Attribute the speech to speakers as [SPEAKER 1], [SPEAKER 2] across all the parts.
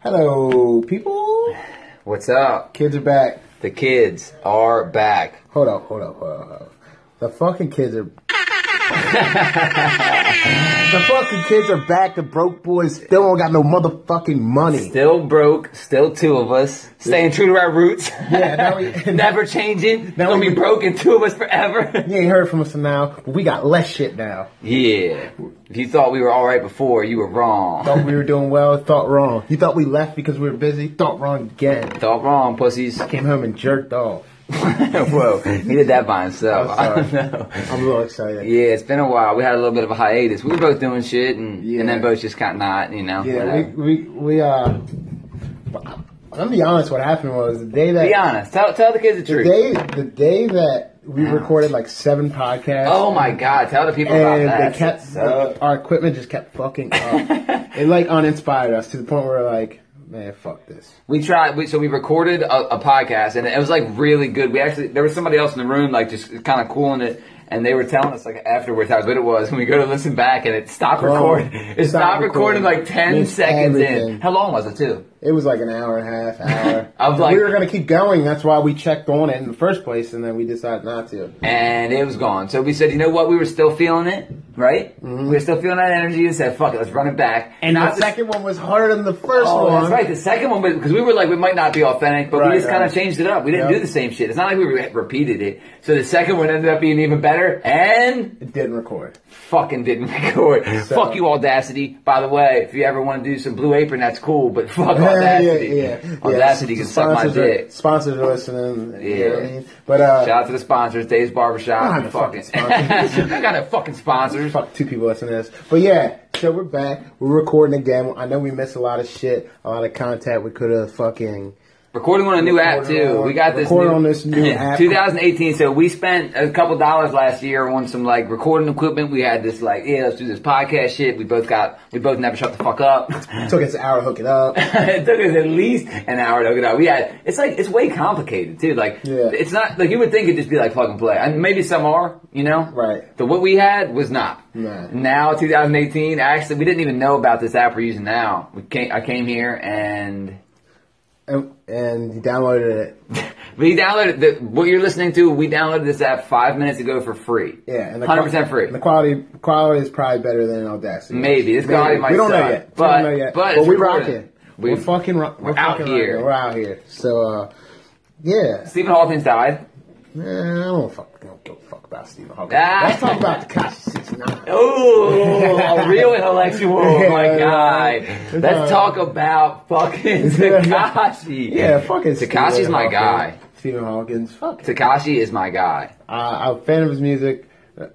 [SPEAKER 1] Hello, people.
[SPEAKER 2] What's up?
[SPEAKER 1] Kids are back.
[SPEAKER 2] The kids are back.
[SPEAKER 1] Hold up, hold up, hold up. hold up. The fucking kids are. the fucking kids are back. The broke boys still don't got no motherfucking money.
[SPEAKER 2] Still broke, still two of us. Staying true to our roots.
[SPEAKER 1] Yeah, now we-
[SPEAKER 2] Never changing.
[SPEAKER 1] Now
[SPEAKER 2] Gonna
[SPEAKER 1] we-
[SPEAKER 2] be broken, two of us forever.
[SPEAKER 1] You ain't heard from us till now, but we got less shit now.
[SPEAKER 2] yeah. If you thought we were alright before, you were wrong.
[SPEAKER 1] Thought we were doing well, thought wrong. You thought we left because we were busy, thought wrong again.
[SPEAKER 2] Thought wrong, pussies.
[SPEAKER 1] Came home and jerked off.
[SPEAKER 2] Whoa, he did that by himself.
[SPEAKER 1] I'm sorry.
[SPEAKER 2] I don't know.
[SPEAKER 1] I'm a little excited.
[SPEAKER 2] Yeah, it's been a while. We had a little bit of a hiatus. We were both doing shit, and,
[SPEAKER 1] Yeah.
[SPEAKER 2] and then both just got not, you know.
[SPEAKER 1] Yeah, we,
[SPEAKER 2] whatever.
[SPEAKER 1] we, we, uh. I'm gonna be honest, what happened was the day that.
[SPEAKER 2] Be honest. Tell, tell the kids the
[SPEAKER 1] The
[SPEAKER 2] truth.
[SPEAKER 1] day, the day that we recorded like seven podcasts.
[SPEAKER 2] oh my god, tell the people about
[SPEAKER 1] And
[SPEAKER 2] that.
[SPEAKER 1] they kept
[SPEAKER 2] So-
[SPEAKER 1] our equipment just kept fucking up. it like uninspired us to the point where we're like, man, fuck this.
[SPEAKER 2] We tried, we, so we recorded a, a podcast, and it was like really good. We actually there was somebody else in the room, like just kind of cooling it, and they were telling us like afterwards how good it was. And we go to listen back, and it stopped
[SPEAKER 1] Bro,
[SPEAKER 2] recording. It
[SPEAKER 1] Oh, stopped
[SPEAKER 2] stopped recording
[SPEAKER 1] recording.
[SPEAKER 2] like ten
[SPEAKER 1] Missed
[SPEAKER 2] seconds
[SPEAKER 1] everything.
[SPEAKER 2] in. How long was it too?
[SPEAKER 1] It was like an hour and a half, hour.
[SPEAKER 2] I was like-
[SPEAKER 1] we were gonna keep going. That's why we checked on it in the first place, and then we decided not to.
[SPEAKER 2] And it was gone. So we said, you know what? We were still feeling it, right?
[SPEAKER 1] Mm-hmm.
[SPEAKER 2] We were still feeling that energy, and said, "Fuck it, let's run it back."
[SPEAKER 1] And
[SPEAKER 2] Not
[SPEAKER 1] the
[SPEAKER 2] to-
[SPEAKER 1] second one was harder than the first
[SPEAKER 2] Oh,
[SPEAKER 1] one.
[SPEAKER 2] that's right. The second one, because we were like, we might not be authentic, but
[SPEAKER 1] Right,
[SPEAKER 2] we just kind
[SPEAKER 1] right.
[SPEAKER 2] of changed it up. We didn't
[SPEAKER 1] Yeah.
[SPEAKER 2] do the same shit. It's not like we re- repeated it. So the second one ended up being even better and
[SPEAKER 1] It didn't record.
[SPEAKER 2] fucking didn't record.
[SPEAKER 1] So-
[SPEAKER 2] Fuck you, Audacity. By the way, if you ever want to do some Blue Apron, that's cool, but fuck
[SPEAKER 1] Yeah,
[SPEAKER 2] Audacity.
[SPEAKER 1] yeah, yeah.
[SPEAKER 2] Audacity
[SPEAKER 1] Yeah,
[SPEAKER 2] can suck my
[SPEAKER 1] sponsors are-
[SPEAKER 2] dick.
[SPEAKER 1] Sponsors are listening. Yeah. You know what I
[SPEAKER 2] Yeah.
[SPEAKER 1] mean? But uh,
[SPEAKER 2] Shout out to the sponsors, Dave's
[SPEAKER 1] I
[SPEAKER 2] Barbershop.
[SPEAKER 1] don't have fucking
[SPEAKER 2] fucking,
[SPEAKER 1] sponsors.
[SPEAKER 2] I got a fucking sponsors.
[SPEAKER 1] Fuck two people listening to this. But yeah, so we're back. We're recording again. I know we missed a lot of shit, a lot of content. We could have fucking
[SPEAKER 2] Recording on a new app
[SPEAKER 1] Recording
[SPEAKER 2] too.
[SPEAKER 1] on-
[SPEAKER 2] we got this.
[SPEAKER 1] record
[SPEAKER 2] new,
[SPEAKER 1] on this new app.
[SPEAKER 2] 2018. So we spent a couple dollars last year on some like recording equipment. We had this like, yeah, let's do this podcast shit. We both got, we both never shut the fuck up.
[SPEAKER 1] took us an hour to hook it up.
[SPEAKER 2] it took us at least an hour to get out. We had, it's like, it's way complicated too. Like,
[SPEAKER 1] Yeah.
[SPEAKER 2] it's not like you would think it'd just be like plug and play. And maybe some are, you know.
[SPEAKER 1] Right.
[SPEAKER 2] But what we had was not.
[SPEAKER 1] Nah.
[SPEAKER 2] Now 2018. Actually, we didn't even know about this app we're using now. We came, I came here and.
[SPEAKER 1] And, and you downloaded it.
[SPEAKER 2] We downloaded the, what you're listening to. We downloaded this app five minutes ago for free.
[SPEAKER 1] Yeah, and the
[SPEAKER 2] hundred percent
[SPEAKER 1] qual-
[SPEAKER 2] free.
[SPEAKER 1] The quality quality is probably better than Audacity.
[SPEAKER 2] Maybe. This quality might
[SPEAKER 1] We don't know
[SPEAKER 2] suck,
[SPEAKER 1] yet.
[SPEAKER 2] but-
[SPEAKER 1] we don't know yet.
[SPEAKER 2] but
[SPEAKER 1] but
[SPEAKER 2] it's
[SPEAKER 1] we
[SPEAKER 2] recorded.
[SPEAKER 1] rocking.
[SPEAKER 2] We-
[SPEAKER 1] We're fucking. Ro- we're,
[SPEAKER 2] we're out
[SPEAKER 1] fucking
[SPEAKER 2] here.
[SPEAKER 1] rocking. We're out here. So uh, yeah,
[SPEAKER 2] Stephen Hawkins died.
[SPEAKER 1] man, I don't fuck. I don't give a fuck about Stephen Hawking.
[SPEAKER 2] Ah.
[SPEAKER 1] Let's talk about the Takashi Six Nine.
[SPEAKER 2] Oh, a real intellectual.
[SPEAKER 1] Yeah,
[SPEAKER 2] Oh,
[SPEAKER 1] Uh-huh.
[SPEAKER 2] my God.
[SPEAKER 1] yeah.
[SPEAKER 2] Let's talk about fucking
[SPEAKER 1] Yeah.
[SPEAKER 2] Takashi.
[SPEAKER 1] Yeah, fucking
[SPEAKER 2] Takashi's
[SPEAKER 1] Stephen
[SPEAKER 2] my
[SPEAKER 1] Hawking.
[SPEAKER 2] guy.
[SPEAKER 1] Stephen Hawkins, fuck.
[SPEAKER 2] Takashi is my guy.
[SPEAKER 1] Uh, I'm a fan of his music,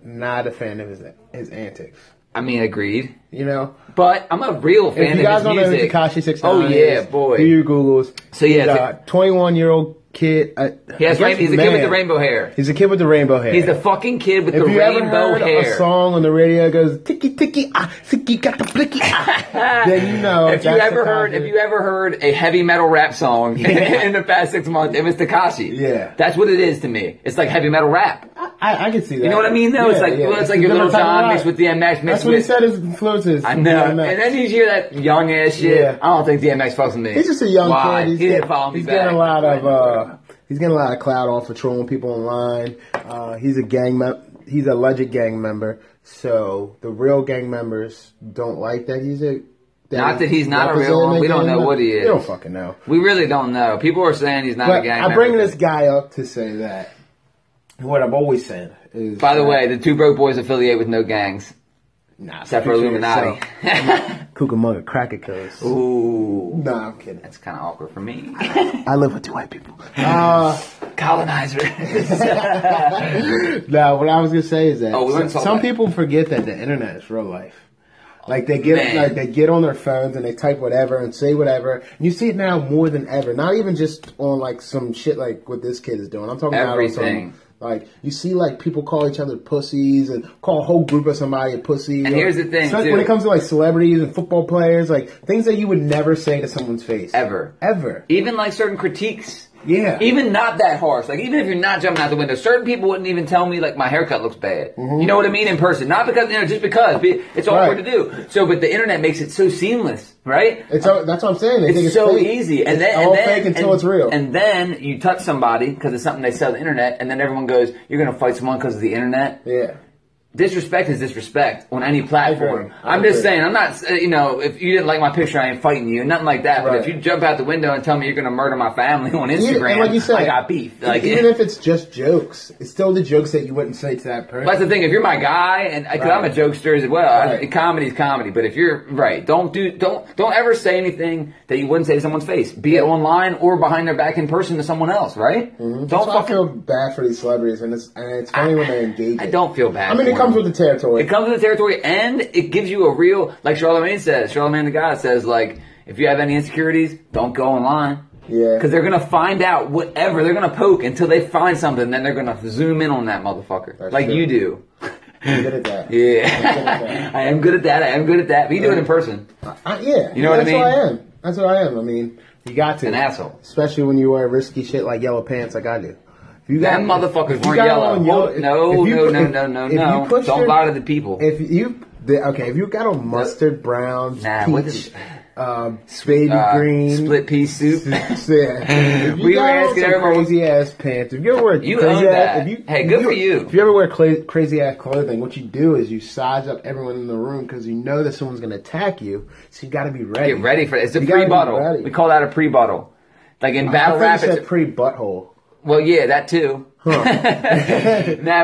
[SPEAKER 1] not a fan of his his antics.
[SPEAKER 2] I mean, agreed.
[SPEAKER 1] You know,
[SPEAKER 2] But I'm a real fan
[SPEAKER 1] if you guys
[SPEAKER 2] of
[SPEAKER 1] don't
[SPEAKER 2] his
[SPEAKER 1] know who
[SPEAKER 2] music.
[SPEAKER 1] Takashi Six
[SPEAKER 2] Oh yeah,
[SPEAKER 1] is,
[SPEAKER 2] boy.
[SPEAKER 1] do your Googles.
[SPEAKER 2] So, yeah,
[SPEAKER 1] he's a
[SPEAKER 2] it's
[SPEAKER 1] 21 year old kid. Uh,
[SPEAKER 2] he has
[SPEAKER 1] I guess
[SPEAKER 2] rain- he's a kid with the
[SPEAKER 1] man.
[SPEAKER 2] rainbow hair.
[SPEAKER 1] He's a kid with the rainbow hair.
[SPEAKER 2] He's the fucking kid with
[SPEAKER 1] if
[SPEAKER 2] the
[SPEAKER 1] you
[SPEAKER 2] rainbow
[SPEAKER 1] ever heard
[SPEAKER 2] hair.
[SPEAKER 1] a song on the radio that goes tiki tiki ah siki got the blicky ah, then you know
[SPEAKER 2] if you
[SPEAKER 1] that's
[SPEAKER 2] ever heard,
[SPEAKER 1] Takashi.
[SPEAKER 2] if you ever heard a heavy metal rap song
[SPEAKER 1] Yeah.
[SPEAKER 2] in the past six months, it was Takashi.
[SPEAKER 1] Yeah.
[SPEAKER 2] that's what it is to me. It's like heavy metal rap.
[SPEAKER 1] I, I can see that.
[SPEAKER 2] You know what I mean? Though it's
[SPEAKER 1] Yeah,
[SPEAKER 2] like,
[SPEAKER 1] yeah.
[SPEAKER 2] well, it's like
[SPEAKER 1] a
[SPEAKER 2] your little
[SPEAKER 1] different type of
[SPEAKER 2] John
[SPEAKER 1] rock.
[SPEAKER 2] mixed with DMX
[SPEAKER 1] That's
[SPEAKER 2] mixed
[SPEAKER 1] what he
[SPEAKER 2] with.
[SPEAKER 1] said. His influences.
[SPEAKER 2] I know,
[SPEAKER 1] DMX.
[SPEAKER 2] and then you hear that young ass shit.
[SPEAKER 1] Yeah.
[SPEAKER 2] I don't think DMX fucks with me.
[SPEAKER 1] He's just a young
[SPEAKER 2] Why?
[SPEAKER 1] kid. He's,
[SPEAKER 2] he didn't
[SPEAKER 1] get-
[SPEAKER 2] follow me
[SPEAKER 1] he's
[SPEAKER 2] back.
[SPEAKER 1] getting a lot of uh, he's getting a lot of clout off for trolling people online. Uh, he's a gang mem- he's a alleged gang member, so the real gang members don't like that he's a.
[SPEAKER 2] Not that he's not a
[SPEAKER 1] representing
[SPEAKER 2] real one.
[SPEAKER 1] a
[SPEAKER 2] We don't
[SPEAKER 1] gang
[SPEAKER 2] know
[SPEAKER 1] mem-
[SPEAKER 2] what he is.
[SPEAKER 1] We don't fucking know.
[SPEAKER 2] we really don't know. People are saying he's not a
[SPEAKER 1] But
[SPEAKER 2] gang.
[SPEAKER 1] I bring
[SPEAKER 2] member.
[SPEAKER 1] this guy up to say that what I'm always saying is.
[SPEAKER 2] By the
[SPEAKER 1] that-
[SPEAKER 2] way, the two broke boys affiliate with no gangs
[SPEAKER 1] nah,
[SPEAKER 2] except for
[SPEAKER 1] picture
[SPEAKER 2] Illuminati.
[SPEAKER 1] yourself. Cucamonga cracker codes.
[SPEAKER 2] Ooh,
[SPEAKER 1] Nah, I'm kidding.
[SPEAKER 2] that's kind of awkward for me.
[SPEAKER 1] I live with two white people. Uh,
[SPEAKER 2] Colonizers.
[SPEAKER 1] No, what I was gonna say is that
[SPEAKER 2] Oh, we
[SPEAKER 1] some,
[SPEAKER 2] weren't talking
[SPEAKER 1] some
[SPEAKER 2] about-
[SPEAKER 1] people forget that the internet is real life. Like they get
[SPEAKER 2] Man.
[SPEAKER 1] like they get on their phones and they type whatever and say whatever. And you see it now more than ever. Not even just on like some shit like what this kid is doing. I'm talking about on
[SPEAKER 2] Everything.
[SPEAKER 1] some, like you see like people call each other pussies and call a whole group of somebody a pussy.
[SPEAKER 2] And here's the thing,
[SPEAKER 1] So,
[SPEAKER 2] too.
[SPEAKER 1] when it comes to like celebrities and football players, like things that you would never say to someone's face
[SPEAKER 2] Ever.
[SPEAKER 1] ever.
[SPEAKER 2] even like certain critiques
[SPEAKER 1] Yeah.
[SPEAKER 2] Even not that harsh. Like even if you're not jumping out the window, certain people wouldn't even tell me like my haircut looks bad. You know what I mean in person, not because you know just because Be- it's awkward
[SPEAKER 1] Mm-hmm. Right.
[SPEAKER 2] to do. So, but the internet makes it so seamless, right?
[SPEAKER 1] It's all, that's what I'm saying. They think
[SPEAKER 2] It's
[SPEAKER 1] it's
[SPEAKER 2] so
[SPEAKER 1] fake.
[SPEAKER 2] easy, and
[SPEAKER 1] It's
[SPEAKER 2] then
[SPEAKER 1] all
[SPEAKER 2] and then,
[SPEAKER 1] fake until
[SPEAKER 2] and-
[SPEAKER 1] it's real.
[SPEAKER 2] And then you touch somebody because it's something they sell on the internet, and then everyone goes, "You're going to fight someone because of the internet."
[SPEAKER 1] yeah.
[SPEAKER 2] disrespect is disrespect on any platform.
[SPEAKER 1] agree. I
[SPEAKER 2] I'm just
[SPEAKER 1] agree.
[SPEAKER 2] saying, I'm not, uh, you know, if you didn't like my picture, I ain't fighting you, nothing like that. But if
[SPEAKER 1] Right.
[SPEAKER 2] you jump out the window and tell me you're going to murder my family on
[SPEAKER 1] Even-
[SPEAKER 2] Instagram,
[SPEAKER 1] and like you said,
[SPEAKER 2] I got beef. Like,
[SPEAKER 1] even if it's just jokes, it's still the jokes that you wouldn't say to that person.
[SPEAKER 2] that's the thing. If you're my guy, and because I'm a
[SPEAKER 1] Right.
[SPEAKER 2] jokester as well, I-
[SPEAKER 1] Right.
[SPEAKER 2] comedy's comedy. But if you're right, don't do, don't, don't ever say anything that you wouldn't say to someone's face, be it online or behind their back in person to someone else. Right?
[SPEAKER 1] Mm-hmm. That's
[SPEAKER 2] Don't
[SPEAKER 1] why I
[SPEAKER 2] fucking.
[SPEAKER 1] feel bad for these celebrities, and it's and it's funny when they engage.
[SPEAKER 2] I
[SPEAKER 1] it.
[SPEAKER 2] don't feel bad.
[SPEAKER 1] I mean, it
[SPEAKER 2] for
[SPEAKER 1] comes
[SPEAKER 2] them.
[SPEAKER 1] with the territory.
[SPEAKER 2] It comes with the territory, and it gives you a real, like Charlemagne says. Charlemagne the God says, like, if you have any insecurities, don't go online.
[SPEAKER 1] Yeah.
[SPEAKER 2] Because they're gonna find out whatever. They're gonna poke until they find something. Then they're gonna zoom in on that motherfucker,
[SPEAKER 1] That's
[SPEAKER 2] like
[SPEAKER 1] true.
[SPEAKER 2] you do.
[SPEAKER 1] I'm good at that.
[SPEAKER 2] Yeah. I am good at that. I am good at that. But you do it in person.
[SPEAKER 1] I, yeah.
[SPEAKER 2] You know what I
[SPEAKER 1] That's
[SPEAKER 2] mean?
[SPEAKER 1] That's who I am. That's who I am. I mean, you got to
[SPEAKER 2] An asshole.
[SPEAKER 1] especially when you wear risky shit like yellow pants, like I do. If you
[SPEAKER 2] Them motherfuckers
[SPEAKER 1] if you
[SPEAKER 2] weren't
[SPEAKER 1] got
[SPEAKER 2] yellow.
[SPEAKER 1] on
[SPEAKER 2] Hold- no,
[SPEAKER 1] if you
[SPEAKER 2] no,
[SPEAKER 1] pu-
[SPEAKER 2] no, no, no,
[SPEAKER 1] if you
[SPEAKER 2] no.
[SPEAKER 1] push
[SPEAKER 2] Don't
[SPEAKER 1] your-
[SPEAKER 2] lie to the people.
[SPEAKER 1] If you the, okay, if you got on mustard brown,
[SPEAKER 2] Nah, what
[SPEAKER 1] peach,
[SPEAKER 2] is-
[SPEAKER 1] um, baby
[SPEAKER 2] Uh,
[SPEAKER 1] green,
[SPEAKER 2] split pea soup.
[SPEAKER 1] Yeah.
[SPEAKER 2] We were asking everyone-
[SPEAKER 1] crazy ass pants. If you ever wear
[SPEAKER 2] You
[SPEAKER 1] crazy
[SPEAKER 2] own
[SPEAKER 1] ass,
[SPEAKER 2] that.
[SPEAKER 1] if you,
[SPEAKER 2] Hey,
[SPEAKER 1] if
[SPEAKER 2] good for you.
[SPEAKER 1] If you ever wear cla- crazy ass clothing, what you do is you size up everyone in the room because you know that someone's gonna attack you, so you got to be ready.
[SPEAKER 2] Get ready for it. It's a
[SPEAKER 1] You gotta be
[SPEAKER 2] pre-bottle.
[SPEAKER 1] ready.
[SPEAKER 2] We call that a pre-bottle. Like in
[SPEAKER 1] I
[SPEAKER 2] battle
[SPEAKER 1] thought
[SPEAKER 2] rap,
[SPEAKER 1] you
[SPEAKER 2] it's
[SPEAKER 1] said pre butthole.
[SPEAKER 2] Well, yeah, that too. nah,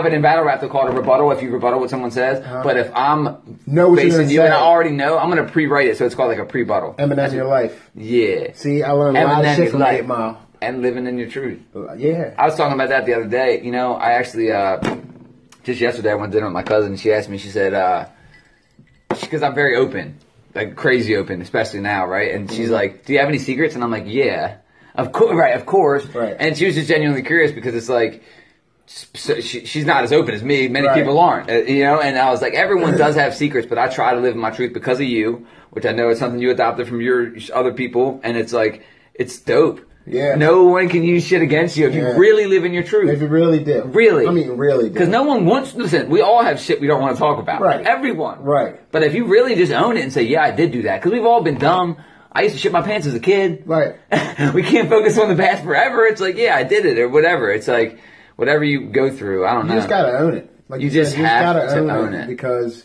[SPEAKER 2] but in battle rap, they'll call it a rebuttal if you rebuttal what someone says. But if I'm
[SPEAKER 1] Know what you're
[SPEAKER 2] facing
[SPEAKER 1] gonna
[SPEAKER 2] you and I
[SPEAKER 1] say.
[SPEAKER 2] already know, I'm gonna pre-write it, so it's called like a pre-buttle.
[SPEAKER 1] Eminem your life.
[SPEAKER 2] Yeah,
[SPEAKER 1] See, I learned a lot of
[SPEAKER 2] Eminem
[SPEAKER 1] shit
[SPEAKER 2] is
[SPEAKER 1] from
[SPEAKER 2] life.
[SPEAKER 1] Eight Mile.
[SPEAKER 2] and living in your truth.
[SPEAKER 1] Yeah.
[SPEAKER 2] I was talking about that the other day. You know, I actually uh, just yesterday I went to dinner with my cousin. She asked me. She said, uh, because I'm very open, like crazy open, especially now, right? And
[SPEAKER 1] Mm-hmm.
[SPEAKER 2] she's like, "Do you have any secrets?" And I'm like, "Yeah, of course, right, of course."
[SPEAKER 1] Right.
[SPEAKER 2] And she was just genuinely curious because it's like. s- So she, she's not as open as me. Many
[SPEAKER 1] Right.
[SPEAKER 2] people aren't, uh, you know. And I was like, everyone does have secrets, but I try to live my truth because of you, which I know is something you adopted from your other people. And it's like, it's dope.
[SPEAKER 1] Yeah.
[SPEAKER 2] No one can use shit against you if you
[SPEAKER 1] Yeah.
[SPEAKER 2] really live in your truth.
[SPEAKER 1] If you really do.
[SPEAKER 2] Really?
[SPEAKER 1] I mean, really
[SPEAKER 2] Because
[SPEAKER 1] do.
[SPEAKER 2] no one wants. Listen, we all have shit we don't want to talk about.
[SPEAKER 1] Right.
[SPEAKER 2] Everyone.
[SPEAKER 1] Right.
[SPEAKER 2] But if you really just own it and say, "Yeah, I did do that," because we've all been dumb. I used to shit my pants as a kid.
[SPEAKER 1] Right.
[SPEAKER 2] we can't focus on the past forever. It's like, yeah, I did it, or whatever. It's like, whatever you go through, I don't
[SPEAKER 1] You
[SPEAKER 2] know.
[SPEAKER 1] just gotta own it. Like
[SPEAKER 2] Uh, You
[SPEAKER 1] said,
[SPEAKER 2] just have to own it.
[SPEAKER 1] because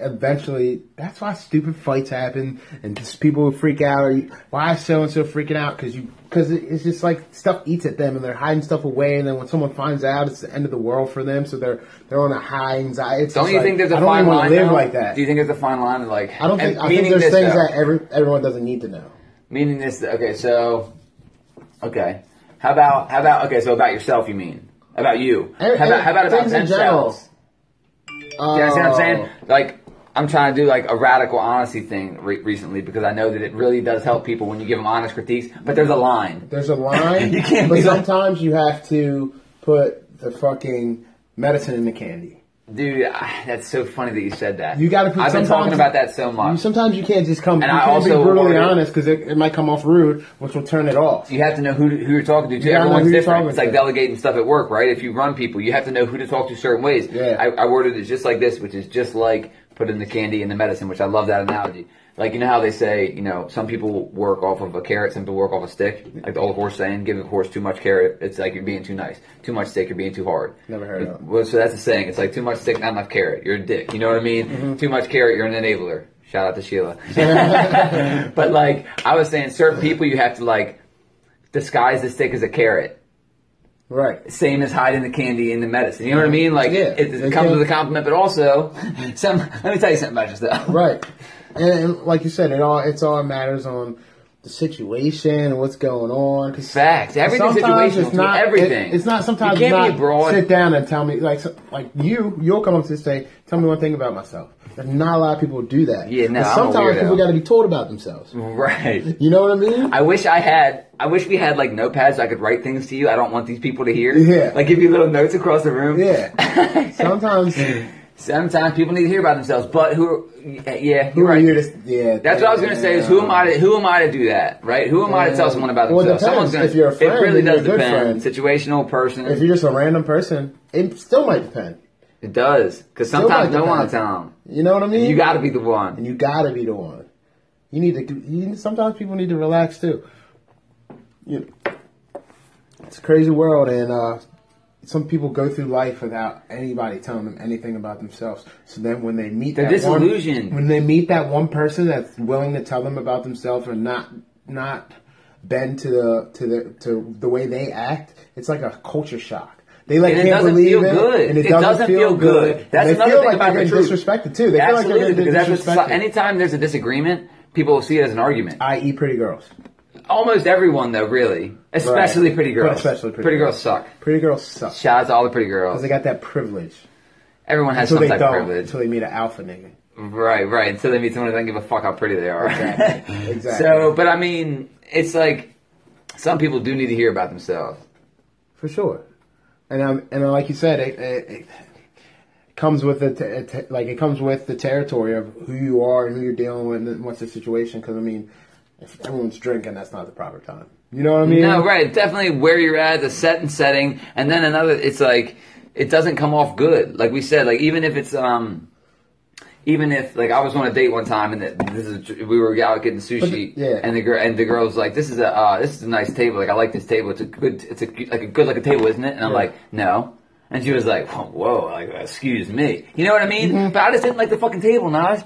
[SPEAKER 1] eventually that's why stupid fights happen and just people will freak out. Or you, why is so and so freaking out? Because you because it's just like stuff eats at them and they're hiding stuff away. And then when someone finds out, it's the end of the world for them. So they're they're on a high anxiety. It's
[SPEAKER 2] don't
[SPEAKER 1] just
[SPEAKER 2] you
[SPEAKER 1] like,
[SPEAKER 2] think there's a
[SPEAKER 1] I don't
[SPEAKER 2] fine
[SPEAKER 1] even wanna
[SPEAKER 2] line?
[SPEAKER 1] live
[SPEAKER 2] though?
[SPEAKER 1] like that.
[SPEAKER 2] Do you think there's a fine line? Like,
[SPEAKER 1] I don't
[SPEAKER 2] and
[SPEAKER 1] think I think
[SPEAKER 2] meaning
[SPEAKER 1] there's
[SPEAKER 2] this,
[SPEAKER 1] things
[SPEAKER 2] though.
[SPEAKER 1] that every everyone doesn't need to know.
[SPEAKER 2] Meaning this. th- Okay, so, okay, how about how about okay, so about yourself, you mean about you?
[SPEAKER 1] And-
[SPEAKER 2] how about
[SPEAKER 1] and
[SPEAKER 2] how about about
[SPEAKER 1] things in general. Oh.
[SPEAKER 2] themselves? You understand what I'm saying? Like, I'm trying to do like a radical honesty thing re- recently because I know that it really does help people when you give them honest critiques. But there's a line.
[SPEAKER 1] There's a line.
[SPEAKER 2] You can't
[SPEAKER 1] But
[SPEAKER 2] be like-
[SPEAKER 1] sometimes you have to put the fucking medicine in the candy.
[SPEAKER 2] Dude, I, that's so funny that you said that.
[SPEAKER 1] You gotta put-
[SPEAKER 2] I've been talking
[SPEAKER 1] sometimes-
[SPEAKER 2] about that so
[SPEAKER 1] You,
[SPEAKER 2] much. You,
[SPEAKER 1] sometimes you can't just come.
[SPEAKER 2] And
[SPEAKER 1] you
[SPEAKER 2] I
[SPEAKER 1] can't
[SPEAKER 2] also
[SPEAKER 1] be brutally
[SPEAKER 2] order-
[SPEAKER 1] honest because it, it might come off rude, which will turn it off.
[SPEAKER 2] have to know who, to- who you're talking to. too.
[SPEAKER 1] You gotta know
[SPEAKER 2] Everyone's
[SPEAKER 1] who you're
[SPEAKER 2] different.
[SPEAKER 1] talking
[SPEAKER 2] It's like
[SPEAKER 1] to.
[SPEAKER 2] delegating stuff at work, right? If you run people, you have to know who to talk to certain ways.
[SPEAKER 1] Yeah.
[SPEAKER 2] I, I worded it just like this, which is just like putting the candy in the medicine, which I love that analogy. Like, you know how they say, you know, some people work off of a carrot, some people work off a stick? Like the old horse saying, give a horse too much carrot, it's like you're being too nice. Too much stick, you're being too hard.
[SPEAKER 1] Never heard of
[SPEAKER 2] It-
[SPEAKER 1] that.
[SPEAKER 2] Well, so that's the saying. It's like too much stick, not enough carrot. You're a dick. You know what I mean?
[SPEAKER 1] Mm-hmm.
[SPEAKER 2] Too much carrot, you're an enabler. Shout out to Sheila. but like, I was saying, certain people you have to like disguise the stick as a carrot
[SPEAKER 1] Right.
[SPEAKER 2] same as hiding the candy in the medicine. You know what I mean? Like
[SPEAKER 1] Yeah.
[SPEAKER 2] it,
[SPEAKER 1] They
[SPEAKER 2] it comes
[SPEAKER 1] can't-
[SPEAKER 2] with a compliment, but also some. Let me tell you something about yourself.
[SPEAKER 1] Right. And, and like you said, it all it's all matters on the situation and what's going on. 'cause
[SPEAKER 2] Facts. Everything's
[SPEAKER 1] sometimes
[SPEAKER 2] situational.
[SPEAKER 1] it's
[SPEAKER 2] to
[SPEAKER 1] not
[SPEAKER 2] everything.
[SPEAKER 1] it- it's not sometimes
[SPEAKER 2] you can't
[SPEAKER 1] not
[SPEAKER 2] be broad.
[SPEAKER 1] sit down and tell me like so, like you you'll come up to this thing. Tell me one thing about myself. There's not a lot of people who do that.
[SPEAKER 2] Yeah, no,
[SPEAKER 1] But
[SPEAKER 2] I'm a
[SPEAKER 1] sometimes
[SPEAKER 2] weirdo.
[SPEAKER 1] people got to be told about themselves.
[SPEAKER 2] Right.
[SPEAKER 1] You know what I mean?
[SPEAKER 2] I wish I had. I wish we had like notepads so I could write things to you. I don't want these people to hear.
[SPEAKER 1] Yeah.
[SPEAKER 2] Like give you little notes across the room.
[SPEAKER 1] yeah. Sometimes
[SPEAKER 2] Sometimes people need to hear about themselves, but who? Yeah,
[SPEAKER 1] Who
[SPEAKER 2] you're
[SPEAKER 1] are
[SPEAKER 2] right.
[SPEAKER 1] you to? Yeah,
[SPEAKER 2] That's what I was gonna say. Is who am I? To, who am I to do that? Right? Who am I to tell someone about
[SPEAKER 1] Well, it
[SPEAKER 2] themselves? Someone's
[SPEAKER 1] depends.
[SPEAKER 2] gonna.
[SPEAKER 1] If you're a friend,
[SPEAKER 2] it really
[SPEAKER 1] then
[SPEAKER 2] does
[SPEAKER 1] you're a good
[SPEAKER 2] depend.
[SPEAKER 1] friend.
[SPEAKER 2] Situational, person.
[SPEAKER 1] If you're just a random person, it still might depend.
[SPEAKER 2] it does because
[SPEAKER 1] Still
[SPEAKER 2] sometimes
[SPEAKER 1] might
[SPEAKER 2] no one will
[SPEAKER 1] depend.
[SPEAKER 2] tell them.
[SPEAKER 1] You know what I mean?
[SPEAKER 2] You got to be the one.
[SPEAKER 1] and you got to be the one. You need to. You, sometimes people need to relax too. You, it's a crazy world, and uh, some people go through life without anybody telling them anything about themselves. So then, when they meet
[SPEAKER 2] They're
[SPEAKER 1] that
[SPEAKER 2] disillusioned.
[SPEAKER 1] one, when they meet that one person that's willing to tell them about themselves and not not bend to the to the to the way they act, it's like a culture shock. They like
[SPEAKER 2] And it
[SPEAKER 1] can't
[SPEAKER 2] doesn't
[SPEAKER 1] believe
[SPEAKER 2] feel
[SPEAKER 1] it,
[SPEAKER 2] good.
[SPEAKER 1] and it,
[SPEAKER 2] It
[SPEAKER 1] doesn't, feel, good.
[SPEAKER 2] That's
[SPEAKER 1] they
[SPEAKER 2] another
[SPEAKER 1] feel
[SPEAKER 2] thing
[SPEAKER 1] like
[SPEAKER 2] about
[SPEAKER 1] they're
[SPEAKER 2] the
[SPEAKER 1] getting
[SPEAKER 2] truth.
[SPEAKER 1] disrespected too. They feel
[SPEAKER 2] Absolutely,
[SPEAKER 1] like they're
[SPEAKER 2] because
[SPEAKER 1] getting
[SPEAKER 2] that's what,
[SPEAKER 1] disrespected.
[SPEAKER 2] anytime there's a disagreement, people will see it as an argument.
[SPEAKER 1] i.e. E pretty girls.
[SPEAKER 2] Almost everyone, though, really, especially
[SPEAKER 1] Right.
[SPEAKER 2] pretty girls.
[SPEAKER 1] But especially pretty girls.
[SPEAKER 2] girls suck.
[SPEAKER 1] Pretty girls suck.
[SPEAKER 2] Shout out to all the pretty
[SPEAKER 1] Because
[SPEAKER 2] girls.
[SPEAKER 1] they got that privilege.
[SPEAKER 2] Everyone has
[SPEAKER 1] Until they
[SPEAKER 2] some type
[SPEAKER 1] don't.
[SPEAKER 2] of privilege.
[SPEAKER 1] Until they meet an alpha nigga.
[SPEAKER 2] Right, right. Until they meet someone who doesn't give a fuck how pretty they are.
[SPEAKER 1] Exactly. Exactly.
[SPEAKER 2] So, but I mean, it's like some people do need to hear about themselves.
[SPEAKER 1] For sure. And um, and like you said, it, it, it comes with the te- te- like it comes with the territory of who you are and who you're dealing with and what's the situation. Because I mean, if everyone's drinking, that's not the proper time. You know what I mean?
[SPEAKER 2] No, right. Definitely where you're at, the set and setting, and then another. It's like it doesn't come off good. Like we said, like even if it's um, even if like I was on a date one time and that this is we were out getting sushi,
[SPEAKER 1] But the- yeah.
[SPEAKER 2] and the girl and the girl's like, this is a uh, this is a nice table. Like I like this table. It's a good. It's a like a good looking table, isn't it? And I'm
[SPEAKER 1] Yeah.
[SPEAKER 2] like, no. And she was like, whoa, whoa like, excuse me. You know what I mean?
[SPEAKER 1] Mm-hmm.
[SPEAKER 2] But I just didn't like the fucking table, Naj.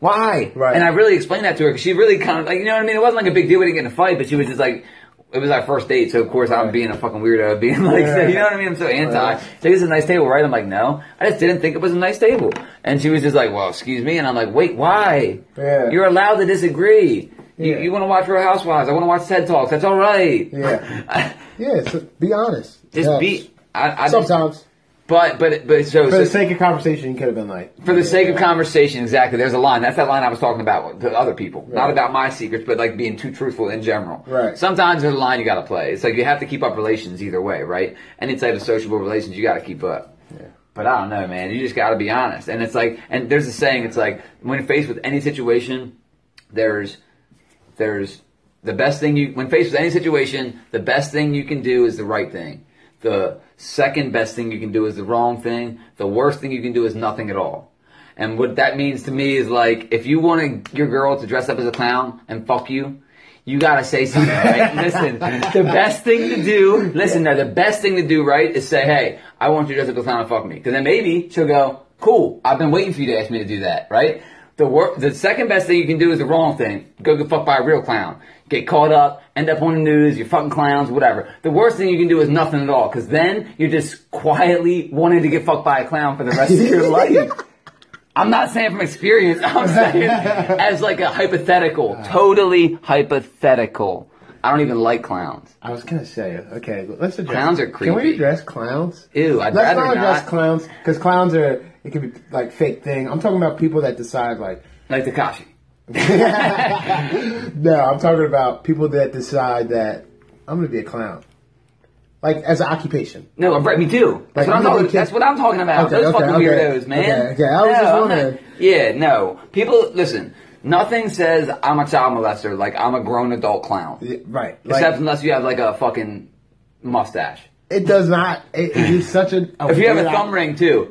[SPEAKER 2] Why?
[SPEAKER 1] Right.
[SPEAKER 2] And I really explained that to her because she really kind of like you know what I mean. It wasn't like a big deal. We didn't get in a fight, but she was just like, it was our first date, so of course I'm
[SPEAKER 1] Right.
[SPEAKER 2] being a fucking weirdo, being like, so, you know what I mean. I'm so anti.
[SPEAKER 1] Right.
[SPEAKER 2] She's like, this is a nice table, right? I'm like, no, I just didn't think it was a nice table. And she was just like, well, excuse me. And I'm like, wait, why?
[SPEAKER 1] Yeah.
[SPEAKER 2] You're allowed to disagree. You,
[SPEAKER 1] Yeah.
[SPEAKER 2] you want to watch Real Housewives? I want to watch TED Talks. That's all right.
[SPEAKER 1] Yeah. yeah. So be honest.
[SPEAKER 2] just
[SPEAKER 1] Yes.
[SPEAKER 2] be. I, I
[SPEAKER 1] Sometimes,
[SPEAKER 2] but but but so
[SPEAKER 1] for
[SPEAKER 2] so-
[SPEAKER 1] the sake of conversation, you could have been like,
[SPEAKER 2] for the sake of
[SPEAKER 1] Yeah.
[SPEAKER 2] conversation, exactly. There's a line. That's that line I was talking about to other people, not
[SPEAKER 1] Right.
[SPEAKER 2] about my secrets, but like being too truthful in general.
[SPEAKER 1] Right.
[SPEAKER 2] Sometimes there's a line you got to play. It's like you have to keep up relations either way, right? Any type of sociable relations you got to keep up.
[SPEAKER 1] Yeah.
[SPEAKER 2] But I don't know, man. You just got to be honest. And it's like, and there's a saying. It's like when faced with any situation, there's there's the best thing you when faced with any situation the best thing you can do is the right thing the second best thing you can do is the wrong thing the worst thing you can do is nothing at all and what that means to me is like if you want your girl to dress up as a clown and fuck you you gotta say something, right? listen, the best thing to do, listen, no, the best thing to do, right, is say, hey, I want you to dress up as a clown and fuck me. Cause then maybe she'll go, cool, I've been waiting for you to ask me to do that, right? The wor- the second best thing you can do is the wrong thing. Go get fucked by a real clown. Get caught up, end up on the news, you're fucking clowns, whatever. The worst thing you can do is nothing at all, cause then you're just quietly wanting to get fucked by a clown for the rest of your life. I'm not saying from experience. I'm saying as like a hypothetical, totally hypothetical. I don't even like clowns.
[SPEAKER 1] I was gonna say, okay, let's address
[SPEAKER 2] Clowns are
[SPEAKER 1] Can
[SPEAKER 2] creepy.
[SPEAKER 1] we address clowns?
[SPEAKER 2] Ew, I'd
[SPEAKER 1] Let's
[SPEAKER 2] rather
[SPEAKER 1] not address
[SPEAKER 2] not.
[SPEAKER 1] clowns because clowns are it could be like fake thing. I'm talking about people that decide like
[SPEAKER 2] Like Takashi.
[SPEAKER 1] no, I'm talking about people that decide that I'm gonna be a clown, like as an occupation.
[SPEAKER 2] No, I'm right, me too.
[SPEAKER 1] Like,
[SPEAKER 2] That's what
[SPEAKER 1] you
[SPEAKER 2] I'm
[SPEAKER 1] know,
[SPEAKER 2] talking.
[SPEAKER 1] we can-
[SPEAKER 2] That's what I'm talking about.
[SPEAKER 1] Okay,
[SPEAKER 2] Those
[SPEAKER 1] okay,
[SPEAKER 2] fucking
[SPEAKER 1] okay,
[SPEAKER 2] weirdos, man.
[SPEAKER 1] okay, okay. I was
[SPEAKER 2] No,
[SPEAKER 1] just
[SPEAKER 2] I'm
[SPEAKER 1] wondering.
[SPEAKER 2] not- Yeah, no. People, listen. Nothing says I'm a child molester like I'm a grown adult clown.
[SPEAKER 1] Yeah, right? Like,
[SPEAKER 2] Except unless you have like a fucking mustache.
[SPEAKER 1] it does not. It, it is such a.
[SPEAKER 2] If you have a
[SPEAKER 1] weird-
[SPEAKER 2] thumb ring too,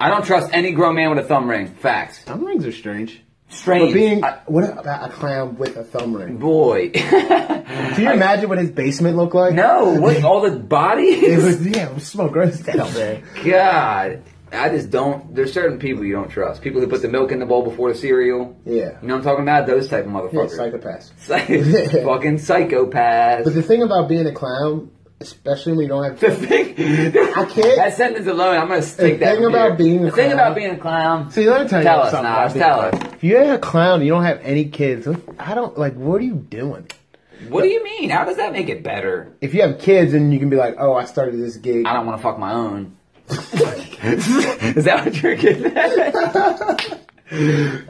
[SPEAKER 2] I don't trust any grown man with a thumb ring. Facts.
[SPEAKER 1] thumb rings are strange.
[SPEAKER 2] Strange.
[SPEAKER 1] But being
[SPEAKER 2] I-
[SPEAKER 1] what about a clown with a thumb ring?
[SPEAKER 2] boy.
[SPEAKER 1] Can you imagine what his basement looked like?
[SPEAKER 2] No, what all the
[SPEAKER 1] It
[SPEAKER 2] bodies?
[SPEAKER 1] was yeah, it was smoke gross dead up there.
[SPEAKER 2] God, I just don't. There's certain people you don't trust. People who put the milk in the bowl before the cereal.
[SPEAKER 1] Yeah.
[SPEAKER 2] You know what I'm talking about? Those type of
[SPEAKER 1] Yeah,
[SPEAKER 2] motherfuckers.
[SPEAKER 1] psychopaths.
[SPEAKER 2] Psych- fucking psychopaths.
[SPEAKER 1] But the thing about being a clown, especially when you don't have
[SPEAKER 2] The thing, I
[SPEAKER 1] can't-
[SPEAKER 2] That sentence alone, I'm gonna stick
[SPEAKER 1] The
[SPEAKER 2] that.
[SPEAKER 1] thing
[SPEAKER 2] in
[SPEAKER 1] about
[SPEAKER 2] here.
[SPEAKER 1] being a
[SPEAKER 2] the thing
[SPEAKER 1] clown-
[SPEAKER 2] about being a clown.
[SPEAKER 1] See, let me tell you
[SPEAKER 2] Tell us,
[SPEAKER 1] something. about
[SPEAKER 2] Nas,
[SPEAKER 1] being
[SPEAKER 2] tell
[SPEAKER 1] a
[SPEAKER 2] us.
[SPEAKER 1] clown. If you're a clown, you don't have any kids. I don't like. What are you doing?
[SPEAKER 2] What do you mean? How does that make it better?
[SPEAKER 1] If you have kids, then you can be like, "Oh, I started this gig."
[SPEAKER 2] I don't want to fuck my own. Is that what you're getting at?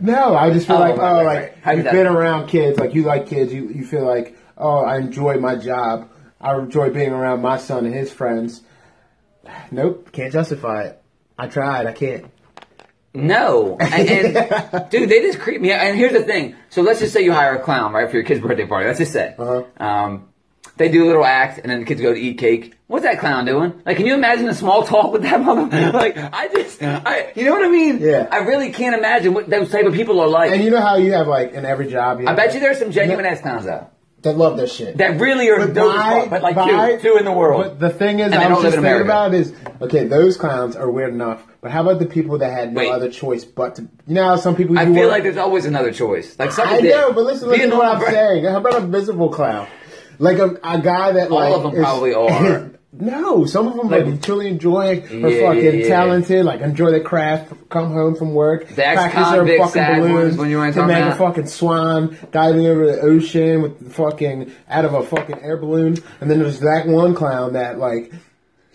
[SPEAKER 1] No, I just feel
[SPEAKER 2] Oh,
[SPEAKER 1] like,
[SPEAKER 2] right,
[SPEAKER 1] oh,
[SPEAKER 2] right, right.
[SPEAKER 1] like
[SPEAKER 2] How
[SPEAKER 1] you've
[SPEAKER 2] did that-
[SPEAKER 1] been around kids, like you like kids, you you feel like, oh, I enjoy my job, I enjoy being around my son and his friends. Nope, can't justify it. I tried, I can't.
[SPEAKER 2] No, and, and dude, they just creep me. out. And here's the thing: so let's just say you hire a clown, right, for your kid's birthday party. Let's just say,
[SPEAKER 1] Uh-huh.
[SPEAKER 2] um, they do a little act, and then the kids go to eat cake. What's that clown doing? Like, can you imagine a small talk with that mother? Like, I just, I, you know what I mean?
[SPEAKER 1] Yeah.
[SPEAKER 2] I really can't imagine what those type of people are like.
[SPEAKER 1] And you know how you have like in every job, you
[SPEAKER 2] I bet you there's some genuine ass clowns though
[SPEAKER 1] that love this shit.
[SPEAKER 2] that really are
[SPEAKER 1] But
[SPEAKER 2] those,
[SPEAKER 1] by-
[SPEAKER 2] but like
[SPEAKER 1] by-
[SPEAKER 2] two, two in the world.
[SPEAKER 1] But the thing is,
[SPEAKER 2] And they
[SPEAKER 1] I was
[SPEAKER 2] don't live
[SPEAKER 1] just
[SPEAKER 2] in
[SPEAKER 1] thinking
[SPEAKER 2] America.
[SPEAKER 1] about is okay, those clowns are weird enough, but how about the people that had no
[SPEAKER 2] Wait.
[SPEAKER 1] other choice but to? You know, how some people.
[SPEAKER 2] I
[SPEAKER 1] you
[SPEAKER 2] feel
[SPEAKER 1] work-
[SPEAKER 2] like there's always another choice. Like, suck a
[SPEAKER 1] I
[SPEAKER 2] dick.
[SPEAKER 1] know, but listen,
[SPEAKER 2] Be a
[SPEAKER 1] listen to what I'm
[SPEAKER 2] normal-
[SPEAKER 1] saying. How about a miserable clown? Like a, a guy that
[SPEAKER 2] All
[SPEAKER 1] like
[SPEAKER 2] of them probably are.
[SPEAKER 1] No, some of them
[SPEAKER 2] Like-
[SPEAKER 1] like truly enjoy it, are
[SPEAKER 2] Yeah,
[SPEAKER 1] fucking
[SPEAKER 2] yeah, yeah.
[SPEAKER 1] talented, like enjoy their craft, come home from work,
[SPEAKER 2] That's
[SPEAKER 1] practice their
[SPEAKER 2] convict
[SPEAKER 1] fucking
[SPEAKER 2] sad
[SPEAKER 1] balloons,
[SPEAKER 2] ones when you ain't
[SPEAKER 1] to
[SPEAKER 2] talking
[SPEAKER 1] make a
[SPEAKER 2] about-
[SPEAKER 1] fucking swan, diving over the ocean with fucking out of a fucking air balloon, and then there's that one clown that like.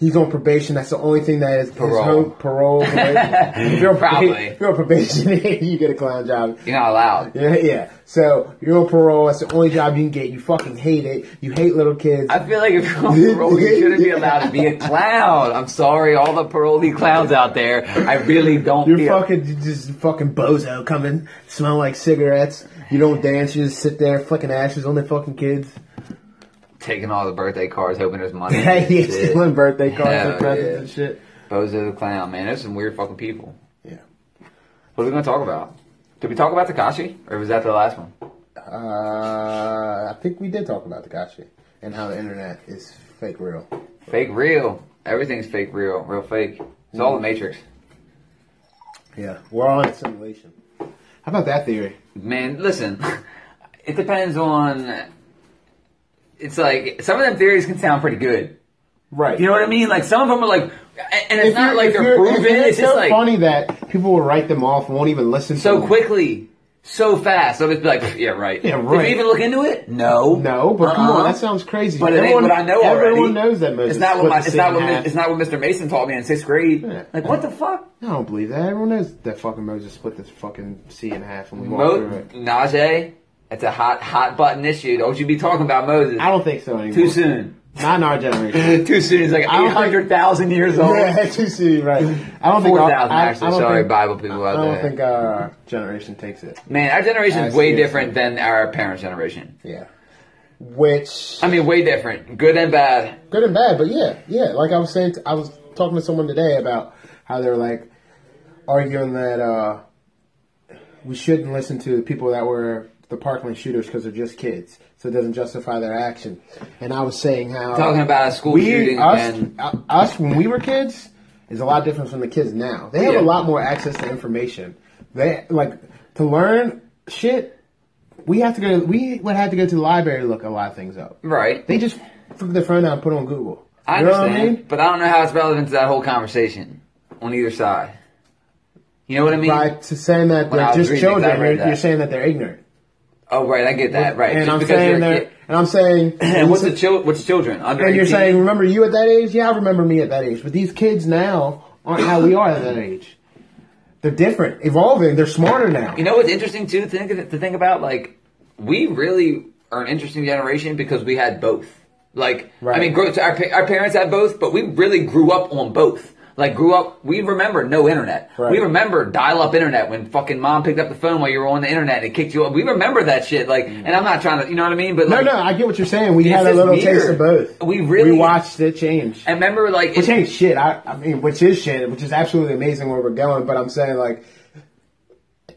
[SPEAKER 1] He's on probation. That's the only thing that is
[SPEAKER 2] Parole.
[SPEAKER 1] His home, parole. probation. if you're on
[SPEAKER 2] Probably.
[SPEAKER 1] probation, if you're on probation, you get a clown job.
[SPEAKER 2] You're not allowed.
[SPEAKER 1] Yeah, yeah. So you're on parole. That's the only job you can get. You fucking hate it. You hate little kids.
[SPEAKER 2] I feel like if you're on parole, you shouldn't be allowed to be a clown. I'm sorry, all the parolee clowns out there. I really don't.
[SPEAKER 1] you're
[SPEAKER 2] feel-
[SPEAKER 1] fucking you just fucking bozo coming. Smell like cigarettes. You don't dance. You just sit there flicking ashes on the fucking kids.
[SPEAKER 2] taking all the birthday cards, hoping there's money.
[SPEAKER 1] Hey, yeah,
[SPEAKER 2] Shit.
[SPEAKER 1] stealing birthday cards
[SPEAKER 2] Hell,
[SPEAKER 1] and presents
[SPEAKER 2] yeah.
[SPEAKER 1] and shit.
[SPEAKER 2] Bozo the clown, man. There's some weird fucking people.
[SPEAKER 1] Yeah.
[SPEAKER 2] What are we gonna talk about? Did we talk about Takashi, or was that the last one?
[SPEAKER 1] Uh, I think we did talk about Takashi and how the internet is fake real.
[SPEAKER 2] Fake real. Everything's fake real. Real fake. It's all the Matrix.
[SPEAKER 1] Yeah, we're on a simulation. How about that theory?
[SPEAKER 2] Man, listen. It depends on. It's like some of them theories can sound pretty good.
[SPEAKER 1] Right.
[SPEAKER 2] You know what I mean? Like some of them are like, and- and it's
[SPEAKER 1] If
[SPEAKER 2] not
[SPEAKER 1] you're-
[SPEAKER 2] like
[SPEAKER 1] if
[SPEAKER 2] they're
[SPEAKER 1] you're-
[SPEAKER 2] proven.
[SPEAKER 1] if you're-
[SPEAKER 2] It's just
[SPEAKER 1] so
[SPEAKER 2] like
[SPEAKER 1] funny that people will write them off, and won't even listen. to
[SPEAKER 2] so
[SPEAKER 1] them.
[SPEAKER 2] quickly, so fast. I'll just be like, yeah, right.
[SPEAKER 1] Yeah,
[SPEAKER 2] Did
[SPEAKER 1] right.
[SPEAKER 2] you even look into it? No.
[SPEAKER 1] No, but come
[SPEAKER 2] Uh-uh.
[SPEAKER 1] on, that sounds crazy.
[SPEAKER 2] But it ain't what I know already.
[SPEAKER 1] Everyone knows that Moses.
[SPEAKER 2] It's not what
[SPEAKER 1] split
[SPEAKER 2] my,
[SPEAKER 1] the
[SPEAKER 2] it's
[SPEAKER 1] sea
[SPEAKER 2] not
[SPEAKER 1] in
[SPEAKER 2] what Mi-
[SPEAKER 1] half.
[SPEAKER 2] it's not what Mr. Mason taught me in sixth grade.
[SPEAKER 1] Yeah.
[SPEAKER 2] Like what the fuck?
[SPEAKER 1] I don't believe that. Everyone knows that fucking Moses split the fucking sea in half and we walked through
[SPEAKER 2] Mo-
[SPEAKER 1] it.
[SPEAKER 2] Najee, that's a hot hot button issue. Don't you be talking about Moses
[SPEAKER 1] I don't think so anymore.
[SPEAKER 2] too soon.
[SPEAKER 1] Not in our generation.
[SPEAKER 2] too soon. He's like
[SPEAKER 1] I don't
[SPEAKER 2] eight
[SPEAKER 1] think-
[SPEAKER 2] hundred thousand years old.
[SPEAKER 1] yeah, too soon, right? I don't think
[SPEAKER 2] Four
[SPEAKER 1] our-
[SPEAKER 2] thousand
[SPEAKER 1] I- I
[SPEAKER 2] actually.
[SPEAKER 1] don't
[SPEAKER 2] Sorry,
[SPEAKER 1] think-
[SPEAKER 2] Bible people
[SPEAKER 1] I
[SPEAKER 2] out
[SPEAKER 1] don't
[SPEAKER 2] there.
[SPEAKER 1] think our generation takes it.
[SPEAKER 2] Man, our generation is
[SPEAKER 1] That's
[SPEAKER 2] way
[SPEAKER 1] weird.
[SPEAKER 2] different than our parents' generation.
[SPEAKER 1] Yeah. Which
[SPEAKER 2] I mean, way different. Good and bad.
[SPEAKER 1] good and bad, but yeah, yeah. Like I was saying, I was talking to someone today about how they're like arguing that uh, we shouldn't listen to the people that were the Parkland shooters because they're just kids, so it doesn't justify their action. And I was saying how
[SPEAKER 2] Talking about a school
[SPEAKER 1] we
[SPEAKER 2] shooting
[SPEAKER 1] us,
[SPEAKER 2] and
[SPEAKER 1] u- us when we were kids is a lot different from the kids now. They have a
[SPEAKER 2] Yeah.
[SPEAKER 1] lot more access to information. They like to learn shit. We have to go. We would have to go to the library to look a lot of things up.
[SPEAKER 2] right.
[SPEAKER 1] They just took their phone out and put it on Google.
[SPEAKER 2] I
[SPEAKER 1] you know
[SPEAKER 2] understand,
[SPEAKER 1] what I mean?
[SPEAKER 2] but I don't know how it's relevant to that whole conversation on either side. You know what I mean?
[SPEAKER 1] By to saying that
[SPEAKER 2] When I
[SPEAKER 1] they're just
[SPEAKER 2] was reading things, I
[SPEAKER 1] children,
[SPEAKER 2] read
[SPEAKER 1] you're,
[SPEAKER 2] that.
[SPEAKER 1] you're saying that they're ignorant.
[SPEAKER 2] Oh, right. I get that. Right.
[SPEAKER 1] And
[SPEAKER 2] Just
[SPEAKER 1] I'm
[SPEAKER 2] because
[SPEAKER 1] saying
[SPEAKER 2] you're a
[SPEAKER 1] that.
[SPEAKER 2] kid-
[SPEAKER 1] And I'm saying.
[SPEAKER 2] And what's the chil- what's children under?
[SPEAKER 1] And you're
[SPEAKER 2] 18?
[SPEAKER 1] saying, remember you at that age? Yeah, I remember me at that age. But these kids now aren't how we are at that age. They're different, evolving. They're smarter now.
[SPEAKER 2] You know what's interesting too? Think to think about like we really are an interesting generation because we had both. Like I
[SPEAKER 1] Right.
[SPEAKER 2] mean, grow, our pa- our parents had both, but we really grew up on both. Like grew up, we remember no internet.
[SPEAKER 1] Right.
[SPEAKER 2] We remember dial-up internet when fucking mom picked up the phone while you were on the internet and kicked you up. We remember that shit. Like, and I'm not trying to, you know what I mean? But
[SPEAKER 1] Mm. no,
[SPEAKER 2] like,
[SPEAKER 1] no, I get what you're saying. We
[SPEAKER 2] It's
[SPEAKER 1] had a
[SPEAKER 2] just
[SPEAKER 1] little
[SPEAKER 2] weird.
[SPEAKER 1] taste of both.
[SPEAKER 2] We really-
[SPEAKER 1] we watched it change.
[SPEAKER 2] I remember like
[SPEAKER 1] Which
[SPEAKER 2] it-
[SPEAKER 1] ain't shit. I, I mean, which is shit. Which is absolutely amazing where we're going. But I'm saying like,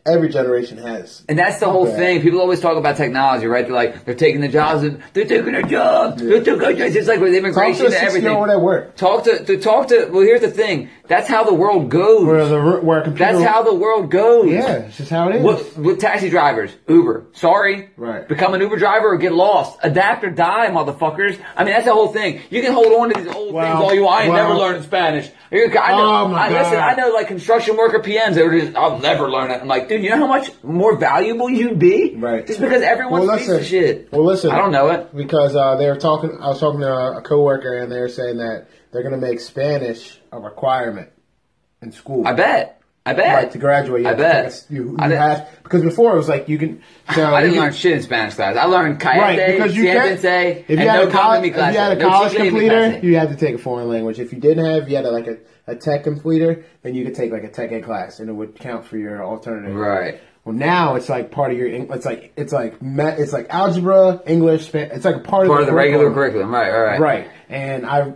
[SPEAKER 1] every generation has.
[SPEAKER 2] And that's the whole
[SPEAKER 1] Okay.
[SPEAKER 2] thing. People always talk about technology, right? They're like, they're taking the jobs, and they're taking their jobs. They took our jobs. It's like with
[SPEAKER 1] Talk
[SPEAKER 2] immigration
[SPEAKER 1] to a
[SPEAKER 2] and
[SPEAKER 1] six year
[SPEAKER 2] everything.
[SPEAKER 1] old at work.
[SPEAKER 2] Talk to, to talk to. Well, here's the thing. That's how the world
[SPEAKER 1] Where
[SPEAKER 2] goes.
[SPEAKER 1] the where a computer.
[SPEAKER 2] That's how the world goes.
[SPEAKER 1] Yeah, it's just how it is.
[SPEAKER 2] What, what taxi drivers? Uber. Sorry.
[SPEAKER 1] Right.
[SPEAKER 2] Become an Uber driver or get lost. Adapt or die, motherfuckers. I mean, that's the whole thing. You can hold on to these old
[SPEAKER 1] Well,
[SPEAKER 2] things all you want. I ain't
[SPEAKER 1] well.
[SPEAKER 2] never learning Spanish. You're- I know,
[SPEAKER 1] Oh, my
[SPEAKER 2] I, Listen,
[SPEAKER 1] God.
[SPEAKER 2] I know like construction worker PMs. They're just, I'll never learn it. I'm like, dude, you know how much more valuable you'd be?
[SPEAKER 1] Right.
[SPEAKER 2] Just because everyone's
[SPEAKER 1] Well,
[SPEAKER 2] piece of
[SPEAKER 1] listen.
[SPEAKER 2] shit.
[SPEAKER 1] Well, listen.
[SPEAKER 2] I don't know it.
[SPEAKER 1] because uh, they were talking. I was talking to a coworker, and they were saying that they're going to make Spanish a requirement in school.
[SPEAKER 2] I bet. I bet.
[SPEAKER 1] Right to graduate, you
[SPEAKER 2] I
[SPEAKER 1] have to
[SPEAKER 2] bet.
[SPEAKER 1] take a- you, you
[SPEAKER 2] I didn't-
[SPEAKER 1] have because before it was like you can. So
[SPEAKER 2] I
[SPEAKER 1] you
[SPEAKER 2] didn't
[SPEAKER 1] can-
[SPEAKER 2] learn shit in Spanish class. I learned Cayete,
[SPEAKER 1] right because you can't.
[SPEAKER 2] Cienpense,
[SPEAKER 1] If you
[SPEAKER 2] and
[SPEAKER 1] had
[SPEAKER 2] no
[SPEAKER 1] a college,
[SPEAKER 2] company
[SPEAKER 1] if you
[SPEAKER 2] class.
[SPEAKER 1] had a
[SPEAKER 2] no
[SPEAKER 1] college
[SPEAKER 2] chicle in me
[SPEAKER 1] completer,
[SPEAKER 2] class.
[SPEAKER 1] you had to take a foreign language. If you didn't have, you had a, like a, a tech completer, then you could take like a tech ed class, and it would count for your alternative.
[SPEAKER 2] Right.
[SPEAKER 1] Well, now it's like part of your. Eng- It's like it's like ma- it's like algebra, English. Span- It's like a part,
[SPEAKER 2] Part of the regular
[SPEAKER 1] curriculum.
[SPEAKER 2] curriculum. Right, all right.
[SPEAKER 1] Right. And I,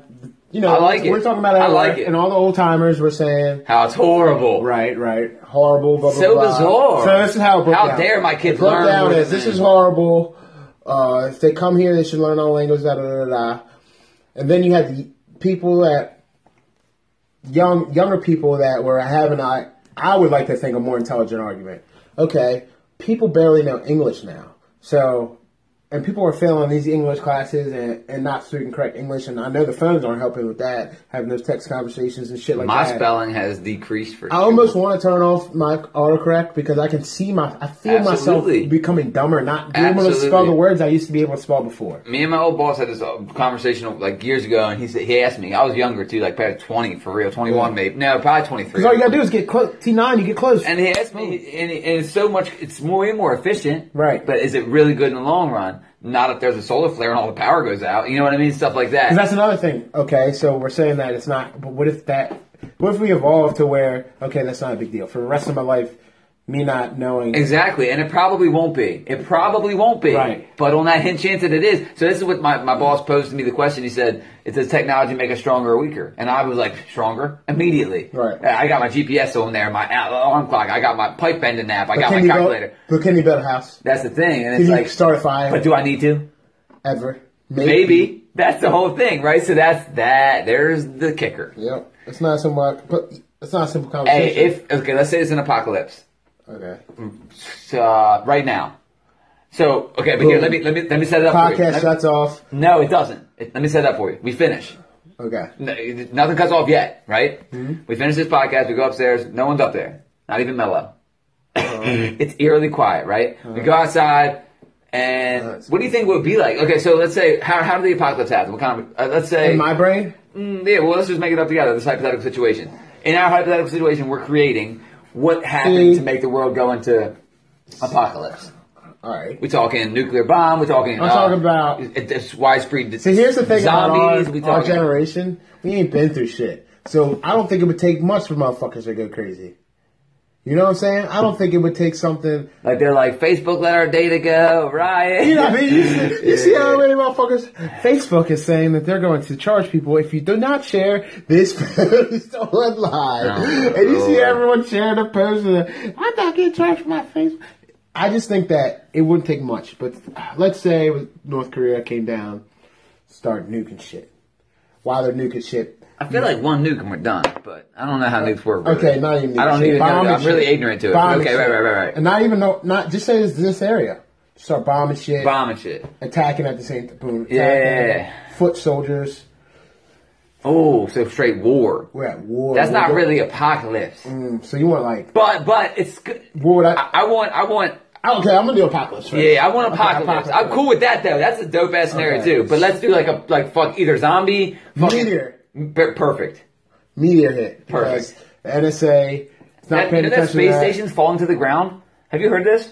[SPEAKER 1] you know,
[SPEAKER 2] I like it.
[SPEAKER 1] we're talking about
[SPEAKER 2] I like it.
[SPEAKER 1] And all the old timers were saying,
[SPEAKER 2] How it's horrible.
[SPEAKER 1] right, right, horrible, blah, blah,
[SPEAKER 2] So
[SPEAKER 1] blah.
[SPEAKER 2] bizarre.
[SPEAKER 1] So this is how it broke
[SPEAKER 2] How
[SPEAKER 1] down.
[SPEAKER 2] dare my kid
[SPEAKER 1] It broke
[SPEAKER 2] learn
[SPEAKER 1] down
[SPEAKER 2] more
[SPEAKER 1] as,
[SPEAKER 2] than
[SPEAKER 1] this is
[SPEAKER 2] them."
[SPEAKER 1] horrible. Uh, if they come here, they should learn all languages, da, da, da, da. And then you had the people that, young, younger people that were having, I, I would like to think a more intelligent argument. Okay, people barely know English now. So and people are failing these English classes and, and not student correct English. And I know the phones aren't helping with that, having those text conversations and shit like
[SPEAKER 2] My
[SPEAKER 1] that.
[SPEAKER 2] spelling has decreased for
[SPEAKER 1] I almost want to turn off my autocorrect because I can see my, I feel
[SPEAKER 2] Absolutely.
[SPEAKER 1] myself becoming dumber, not being able to spell
[SPEAKER 2] Absolutely.
[SPEAKER 1] the words I used to be able to spell before.
[SPEAKER 2] Me and my old boss had this uh, conversation like years ago, and he said he asked me. I was younger too, like probably twenty for real, twenty one maybe. No, probably twenty three.
[SPEAKER 1] Because all you gotta do is get close. T9, you get close.
[SPEAKER 2] And he asked me, and, and it's so much, it's more way more efficient.
[SPEAKER 1] Right.
[SPEAKER 2] But is it really good in the long run? Not if there's a solar flare and all the power goes out. You know what I mean? Stuff like that.
[SPEAKER 1] Because that's another thing. Okay, so we're saying that it's not, but what if that, what if we evolve to where, okay, that's not a big deal. For the rest of my life, me not knowing.
[SPEAKER 2] Exactly, and it probably won't be. It probably won't be.
[SPEAKER 1] Right.
[SPEAKER 2] But on that hint chance that it is. So this is what my, my boss posed to me the question. He said, "It does technology make us stronger or weaker?" And I was like, "Stronger immediately."
[SPEAKER 1] Right.
[SPEAKER 2] I got my GPS on there, my alarm clock. I got my pipe bending app. I got
[SPEAKER 1] Can
[SPEAKER 2] my
[SPEAKER 1] you build-
[SPEAKER 2] calculator.
[SPEAKER 1] But can you build a house?
[SPEAKER 2] That's the thing, and
[SPEAKER 1] Can
[SPEAKER 2] it's
[SPEAKER 1] you
[SPEAKER 2] like,
[SPEAKER 1] start a fire?
[SPEAKER 2] but do I need to?
[SPEAKER 1] ever.
[SPEAKER 2] Maybe. That's the whole thing, right? So that's that. There's the kicker.
[SPEAKER 1] Yep. It's not somewhat, but it's not a simple
[SPEAKER 2] Hey,
[SPEAKER 1] conversation.
[SPEAKER 2] if Mm-hmm. okay, let's say it's an apocalypse.
[SPEAKER 1] okay.
[SPEAKER 2] uh, right now. So okay, but here
[SPEAKER 1] Boom.
[SPEAKER 2] let me let me let me set it up. for you.
[SPEAKER 1] Podcast
[SPEAKER 2] Let-
[SPEAKER 1] shuts off.
[SPEAKER 2] No, it doesn't. It, let me set it up for you. We finish.
[SPEAKER 1] Okay.
[SPEAKER 2] No, it- nothing cuts off yet, right?
[SPEAKER 1] Mm-hmm.
[SPEAKER 2] We finish this podcast. We go upstairs. No one's up there. Not even Mello.
[SPEAKER 1] Uh-huh.
[SPEAKER 2] it's eerily quiet, right? We go outside, and
[SPEAKER 1] Alright.
[SPEAKER 2] what do you think would be like? Okay, so let's say how how did the apocalypse happen? What kind of uh, let's say
[SPEAKER 1] In my brain,
[SPEAKER 2] Mm, yeah, well, let's just make it up together. This hypothetical situation. In our hypothetical situation, we're creating what happened
[SPEAKER 1] See?
[SPEAKER 2] to make the world go into apocalypse.
[SPEAKER 1] all right.
[SPEAKER 2] We talking nuclear bomb. We talking. uh,
[SPEAKER 1] I'm talking about-
[SPEAKER 2] it, it's widespread.
[SPEAKER 1] So here's the thing
[SPEAKER 2] zombies. we
[SPEAKER 1] about our, our
[SPEAKER 2] talking.
[SPEAKER 1] generation. We ain't been through shit. So I don't think it would take much for motherfuckers to go crazy. You know what I'm saying? I don't think it would take something.
[SPEAKER 2] like they're like Facebook let our data go. Riot.
[SPEAKER 1] You know what I mean? You, see- you see how many motherfuckers? Facebook is saying that they're going to charge people if you do not share this post online.
[SPEAKER 2] Oh,
[SPEAKER 1] and you see
[SPEAKER 2] Lord.
[SPEAKER 1] everyone sharing a post. And, I'm not getting charged for my Facebook. I just think that it wouldn't take much. But uh, let's say with North Korea came down, start nuking shit. While they're nuking shit.
[SPEAKER 2] I feel like one nuke and we're done. But I don't know how nukes work. really.
[SPEAKER 1] Okay, not even.
[SPEAKER 2] I
[SPEAKER 1] nuking
[SPEAKER 2] don't
[SPEAKER 1] shit.
[SPEAKER 2] even know.
[SPEAKER 1] Bombing
[SPEAKER 2] I'm really
[SPEAKER 1] shit.
[SPEAKER 2] ignorant to it.
[SPEAKER 1] Bombing
[SPEAKER 2] Uh, okay,
[SPEAKER 1] shit.
[SPEAKER 2] right, right, right, right.
[SPEAKER 1] And not even know. Not just say it's this area. Start bombing shit
[SPEAKER 2] Bombing shit.
[SPEAKER 1] attacking at the same time. Boom, attacking.
[SPEAKER 2] Yeah.
[SPEAKER 1] Foot soldiers.
[SPEAKER 2] Oh, so straight war.
[SPEAKER 1] We're at war.
[SPEAKER 2] That's
[SPEAKER 1] We're
[SPEAKER 2] not
[SPEAKER 1] go-
[SPEAKER 2] really apocalypse.
[SPEAKER 1] Mm, so you want like
[SPEAKER 2] But but it's good.
[SPEAKER 1] war? Would I,
[SPEAKER 2] I, I want I want
[SPEAKER 1] I, okay, I'm gonna do apocalypse. First.
[SPEAKER 2] Yeah, I want
[SPEAKER 1] Okay,
[SPEAKER 2] apocalypse. I'm cool with that though. That's a dope ass scenario
[SPEAKER 1] Okay.
[SPEAKER 2] too. But let's do like a like fuck either zombie, fucking,
[SPEAKER 1] Meteor.
[SPEAKER 2] Per- perfect.
[SPEAKER 1] Meteor hit.
[SPEAKER 2] Perfect.
[SPEAKER 1] Because The NSA. It's not
[SPEAKER 2] That,
[SPEAKER 1] paying
[SPEAKER 2] you know that
[SPEAKER 1] attention.
[SPEAKER 2] space
[SPEAKER 1] to that.
[SPEAKER 2] station's falling to the ground. Have you heard this?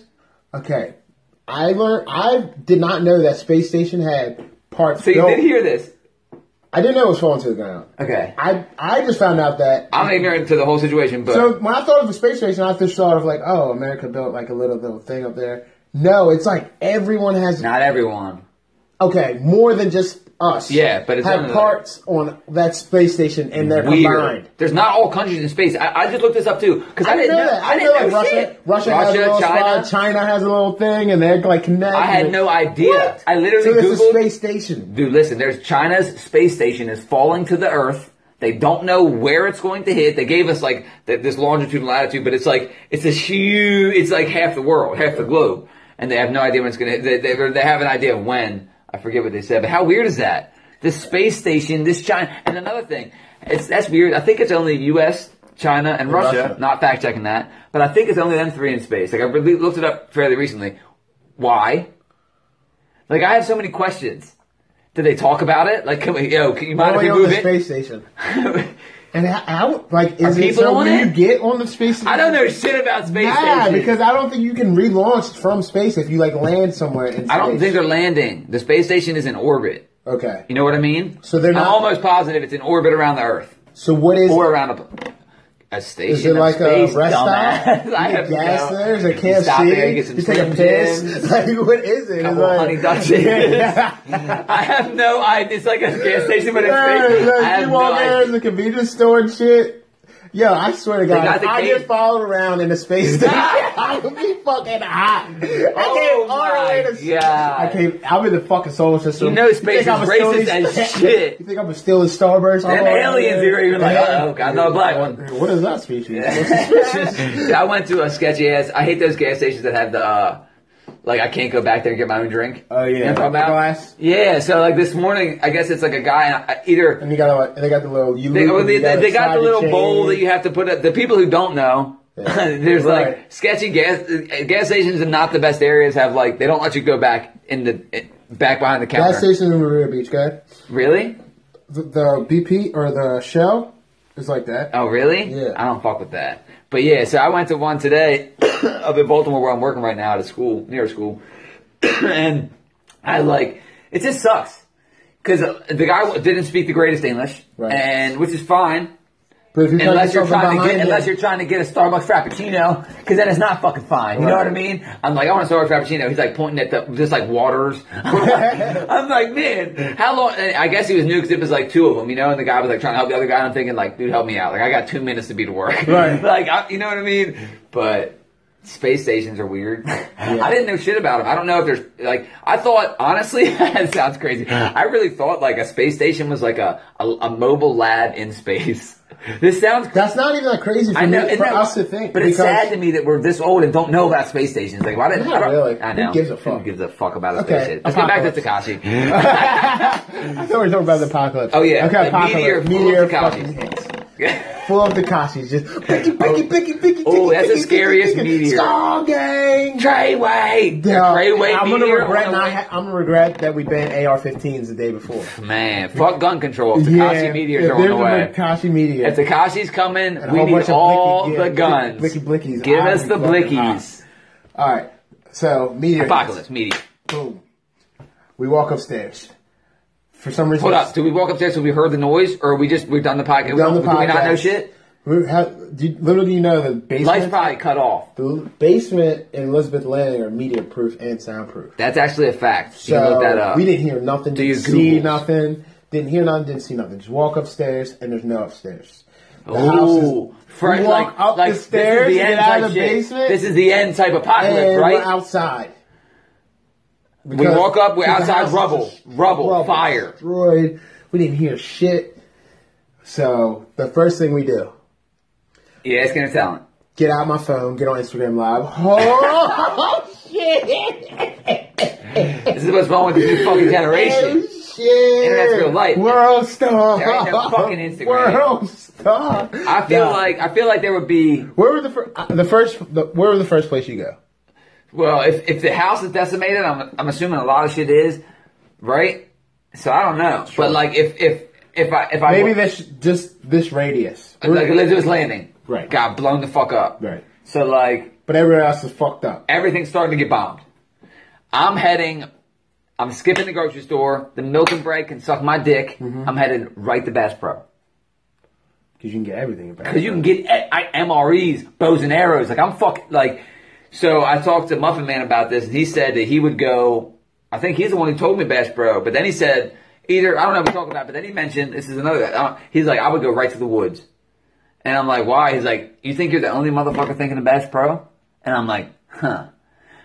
[SPEAKER 1] Okay, I learned. I did not know that space station had parts.
[SPEAKER 2] So you
[SPEAKER 1] built-
[SPEAKER 2] did hear this?
[SPEAKER 1] I didn't know it was falling to the ground.
[SPEAKER 2] Okay.
[SPEAKER 1] I I just found out that.
[SPEAKER 2] I'm ignorant to the whole situation, but
[SPEAKER 1] so when I thought of a space station, I just thought of like, oh, America built like a little little thing up there. No, it's like everyone has
[SPEAKER 2] not everyone.
[SPEAKER 1] Okay, more than just us.
[SPEAKER 2] Yeah, but it's
[SPEAKER 1] have
[SPEAKER 2] under the-
[SPEAKER 1] parts on that space station and they're
[SPEAKER 2] Weird.
[SPEAKER 1] combined.
[SPEAKER 2] There's not all countries in space. I, I just looked this up too because I,
[SPEAKER 1] I
[SPEAKER 2] didn't
[SPEAKER 1] know that. I,
[SPEAKER 2] didn't
[SPEAKER 1] know like Russia,
[SPEAKER 2] shit.
[SPEAKER 1] Russia. has a little
[SPEAKER 2] China.
[SPEAKER 1] spot. China has a little thing, and they're like connected.
[SPEAKER 2] I had no idea.
[SPEAKER 1] What?
[SPEAKER 2] I
[SPEAKER 1] So
[SPEAKER 2] literally
[SPEAKER 1] this is
[SPEAKER 2] googled.
[SPEAKER 1] space station.
[SPEAKER 2] Dude, listen, there's China's space station is falling to the Earth. They don't know where it's going to hit. They gave us like th- this longitude and latitude, but it's like it's a huge. It's like half the world, half the globe, and they have no idea when it's going to. They, they, they have an idea of when. I forget what they said, but how weird is that? This space station, this China, and another thing, it's that's weird. I think it's only U.S., China, and Russia.
[SPEAKER 1] Russia.
[SPEAKER 2] Not fact checking that, but I think it's only them three in space. Like I really looked it up fairly recently. Why? Like I have so many questions. Did they talk about it? Like, can we, yo, can you mind
[SPEAKER 1] All the
[SPEAKER 2] if
[SPEAKER 1] way
[SPEAKER 2] we
[SPEAKER 1] on
[SPEAKER 2] move
[SPEAKER 1] the
[SPEAKER 2] it?
[SPEAKER 1] space station. And I, I would, like, is
[SPEAKER 2] Are
[SPEAKER 1] it
[SPEAKER 2] people
[SPEAKER 1] so
[SPEAKER 2] on
[SPEAKER 1] when you
[SPEAKER 2] it?
[SPEAKER 1] get on the space?
[SPEAKER 2] I don't know shit about space
[SPEAKER 1] Yeah,
[SPEAKER 2] station.
[SPEAKER 1] because I don't think you can relaunch from space if you like land somewhere. In space.
[SPEAKER 2] I don't think they're landing. The space station is in orbit.
[SPEAKER 1] Okay.
[SPEAKER 2] You know what I mean?
[SPEAKER 1] So they're not-
[SPEAKER 2] I'm almost positive it's in orbit around the Earth
[SPEAKER 1] So what is?
[SPEAKER 2] or around a, a station.
[SPEAKER 1] Is it
[SPEAKER 2] of
[SPEAKER 1] like
[SPEAKER 2] space,
[SPEAKER 1] a rest stop?
[SPEAKER 2] dumbass.
[SPEAKER 1] You
[SPEAKER 2] I
[SPEAKER 1] get
[SPEAKER 2] have no-
[SPEAKER 1] gas there? Is it
[SPEAKER 2] You stop there, you get
[SPEAKER 1] KFC?
[SPEAKER 2] some
[SPEAKER 1] You take a
[SPEAKER 2] Slim
[SPEAKER 1] piss?
[SPEAKER 2] Jims.
[SPEAKER 1] Like, what is it?
[SPEAKER 2] Couple
[SPEAKER 1] It's
[SPEAKER 2] honey
[SPEAKER 1] like,
[SPEAKER 2] Dutchies. I have no idea. It's like a gas station, but it's
[SPEAKER 1] Yeah,
[SPEAKER 2] space.
[SPEAKER 1] like,
[SPEAKER 2] I have
[SPEAKER 1] you
[SPEAKER 2] no
[SPEAKER 1] walk there
[SPEAKER 2] idea.
[SPEAKER 1] in the convenience store and shit. Yo, I swear to God,
[SPEAKER 2] got
[SPEAKER 1] if
[SPEAKER 2] the
[SPEAKER 1] I
[SPEAKER 2] cake.
[SPEAKER 1] get followed around in a space station, I would be fucking hot. I came
[SPEAKER 2] Oh
[SPEAKER 1] all the way to
[SPEAKER 2] my God.
[SPEAKER 1] I came. I'm in the fucking solar system.
[SPEAKER 2] You know space
[SPEAKER 1] think
[SPEAKER 2] is
[SPEAKER 1] I'm still
[SPEAKER 2] racist
[SPEAKER 1] these-
[SPEAKER 2] as shit.
[SPEAKER 1] You think I'm still in Starburst? all
[SPEAKER 2] Them
[SPEAKER 1] the way
[SPEAKER 2] aliens,
[SPEAKER 1] there?
[SPEAKER 2] you're even like,
[SPEAKER 1] Yeah.
[SPEAKER 2] oh, God, no black one.
[SPEAKER 1] What is that species?
[SPEAKER 2] Yeah, I went to a sketchy ass. I hate those gas stations that have the uh, like I can't go back there and get my own drink.
[SPEAKER 1] Oh, yeah.
[SPEAKER 2] You know what I'm talking about?
[SPEAKER 1] Glass.
[SPEAKER 2] Yeah, so like this morning, I guess it's like a guy and I- either
[SPEAKER 1] and you got like, they got the little. You
[SPEAKER 2] They, oh,
[SPEAKER 1] loop and
[SPEAKER 2] they,
[SPEAKER 1] you
[SPEAKER 2] they,
[SPEAKER 1] gotta
[SPEAKER 2] got
[SPEAKER 1] slide
[SPEAKER 2] the little
[SPEAKER 1] chain.
[SPEAKER 2] bowl that you have to put up. The people who don't know,
[SPEAKER 1] Yeah.
[SPEAKER 2] there's
[SPEAKER 1] Right.
[SPEAKER 2] like sketchy gas uh, gas stations and not the best areas have like they don't let you go back in the in- back behind the counter.
[SPEAKER 1] Gas station in Marina Beach, guy.
[SPEAKER 2] really?
[SPEAKER 1] The, the BP or the Shell is like that.
[SPEAKER 2] Oh, really?
[SPEAKER 1] Yeah.
[SPEAKER 2] I don't fuck with that. But yeah, so I went to one today up in Baltimore where I'm working right now at a school near a school, and I like it just sucks because the guy didn't speak the greatest English,
[SPEAKER 1] Right.
[SPEAKER 2] and which is fine.
[SPEAKER 1] But if you're trying to
[SPEAKER 2] Unless
[SPEAKER 1] get
[SPEAKER 2] you're
[SPEAKER 1] something
[SPEAKER 2] trying to
[SPEAKER 1] behind
[SPEAKER 2] get,
[SPEAKER 1] you-
[SPEAKER 2] unless you're trying to get a Starbucks Frappuccino, because then it's not fucking fine. You know what I
[SPEAKER 1] Right.
[SPEAKER 2] mean? I'm like, I want a Starbucks Frappuccino. He's like pointing at the just like waters. I'm like, man, how long? and I guess he was new because it was like two of them, you know. And the guy was like trying to help the other guy. And I'm thinking like, dude, help me out. Like I got two minutes to be to work.
[SPEAKER 1] Right.
[SPEAKER 2] like I, you know what I mean? But space stations are weird. I didn't know shit about them. I don't know if there's like I thought honestly. that sounds crazy. I really thought like a space station was like a a, a mobile lab in space. This sounds
[SPEAKER 1] That's not even that crazy for,
[SPEAKER 2] I know,
[SPEAKER 1] me,
[SPEAKER 2] isn't
[SPEAKER 1] for
[SPEAKER 2] that-
[SPEAKER 1] us to think.
[SPEAKER 2] But it's sad to me that we're this old and don't know about space stations. Like, why didn't
[SPEAKER 1] Not
[SPEAKER 2] I don't,
[SPEAKER 1] really.
[SPEAKER 2] I know.
[SPEAKER 1] Who gives a fuck?
[SPEAKER 2] Who gives a fuck about a
[SPEAKER 1] Okay,
[SPEAKER 2] space station? Let's get back to Takashi.
[SPEAKER 1] I thought we were talking about the apocalypse.
[SPEAKER 2] Oh, yeah.
[SPEAKER 1] Okay,
[SPEAKER 2] The
[SPEAKER 1] apocalypse. Meteor,
[SPEAKER 2] meteor full of Takashis.
[SPEAKER 1] fucking hits. Full of Takashis. Just picky, picky, picky, picky,
[SPEAKER 2] Oh,
[SPEAKER 1] picky,
[SPEAKER 2] that's the
[SPEAKER 1] picky,
[SPEAKER 2] scariest
[SPEAKER 1] picky,
[SPEAKER 2] meteor.
[SPEAKER 1] Skull gang.
[SPEAKER 2] Trey Way. The
[SPEAKER 1] Yeah,
[SPEAKER 2] Trey Way
[SPEAKER 1] I'm gonna
[SPEAKER 2] meteor
[SPEAKER 1] regret
[SPEAKER 2] on the
[SPEAKER 1] not.
[SPEAKER 2] way-
[SPEAKER 1] Ha- I'm gonna regret that we banned AR-15s the day before.
[SPEAKER 2] Man, fuck gun control. If Takashi
[SPEAKER 1] yeah,
[SPEAKER 2] meteors
[SPEAKER 1] if
[SPEAKER 2] are on the
[SPEAKER 1] there's a
[SPEAKER 2] way.
[SPEAKER 1] Takashi meteor.
[SPEAKER 2] If Takashi's coming,
[SPEAKER 1] And a
[SPEAKER 2] we
[SPEAKER 1] whole
[SPEAKER 2] need
[SPEAKER 1] bunch of
[SPEAKER 2] all
[SPEAKER 1] blicky-
[SPEAKER 2] the
[SPEAKER 1] yeah,
[SPEAKER 2] guns.
[SPEAKER 1] blicky- blicky blickies.
[SPEAKER 2] Give
[SPEAKER 1] I
[SPEAKER 2] us
[SPEAKER 1] would
[SPEAKER 2] the
[SPEAKER 1] be fucking
[SPEAKER 2] blickies.
[SPEAKER 1] All right. So meteor. hits.
[SPEAKER 2] Apocalypse meteor.
[SPEAKER 1] Boom. We walk upstairs. For some reason,
[SPEAKER 2] Hold up. Do we walk upstairs because we heard the noise, or we just we've done the podcast? We
[SPEAKER 1] done the
[SPEAKER 2] don't- Do we not know
[SPEAKER 1] podcast.
[SPEAKER 2] shit?
[SPEAKER 1] We have, do you, little do you know the
[SPEAKER 2] Lights
[SPEAKER 1] basement,
[SPEAKER 2] probably cut off.
[SPEAKER 1] the basement and Elizabeth Landing are media proof and soundproof.
[SPEAKER 2] That's actually a fact. you can
[SPEAKER 1] So
[SPEAKER 2] look that up.
[SPEAKER 1] we didn't hear nothing,
[SPEAKER 2] your
[SPEAKER 1] didn't see
[SPEAKER 2] Googles.
[SPEAKER 1] nothing, didn't hear nothing, didn't see nothing. Just walk upstairs and there's no upstairs. The
[SPEAKER 2] Ooh,
[SPEAKER 1] we walk up the
[SPEAKER 2] this is
[SPEAKER 1] stairs,
[SPEAKER 2] the
[SPEAKER 1] get
[SPEAKER 2] end
[SPEAKER 1] out
[SPEAKER 2] type
[SPEAKER 1] of the
[SPEAKER 2] shit.
[SPEAKER 1] basement.
[SPEAKER 2] This is the end type
[SPEAKER 1] and
[SPEAKER 2] apocalypse,
[SPEAKER 1] we're
[SPEAKER 2] right?
[SPEAKER 1] outside.
[SPEAKER 2] We walk up, we're
[SPEAKER 1] because the
[SPEAKER 2] outside
[SPEAKER 1] house is
[SPEAKER 2] rubble,
[SPEAKER 1] just-
[SPEAKER 2] rubble, fire.
[SPEAKER 1] destroyed. We didn't hear shit. So the first thing we do,
[SPEAKER 2] Yeah, it's gonna tell. him.
[SPEAKER 1] get out my phone, get on Instagram Live. Oh shit!
[SPEAKER 2] This is what's wrong with the new fucking generation.
[SPEAKER 1] Oh, shit.
[SPEAKER 2] Internet's real life.
[SPEAKER 1] World star.
[SPEAKER 2] There ain't no fucking Instagram.
[SPEAKER 1] World star.
[SPEAKER 2] I feel
[SPEAKER 1] Nah.
[SPEAKER 2] like I feel like there would be
[SPEAKER 1] where were the fir- uh, the first the, where were the first place you go?
[SPEAKER 2] well, if if the house is decimated, I'm I'm assuming a lot of shit is, right? So I don't know, but like if if if I if I
[SPEAKER 1] Maybe this just this radius.
[SPEAKER 2] like Elizabeth Landing,
[SPEAKER 1] Right.
[SPEAKER 2] got blown the fuck up,
[SPEAKER 1] Right.
[SPEAKER 2] So like
[SPEAKER 1] But everywhere else is fucked up.
[SPEAKER 2] everything's starting to get bombed. I'm heading. I'm skipping the grocery store. The milk and bread can suck my dick.
[SPEAKER 1] Mm-hmm.
[SPEAKER 2] I'm heading right to Bass Pro
[SPEAKER 1] Because you can get everything about
[SPEAKER 2] because you can get eh, I, I- MREs, bows and arrows. Like I'm fuck like. So I talked to Muffin Man about this, and he said that he would go. I think he's the one who told me Bass Pro, but then he said either I don't know what we talked about, but then he mentioned this is another. I don't- He's like I would go right to the woods, and I'm like why? He's like you think you're the only motherfucker thinking of Bass Pro, and I'm like huh.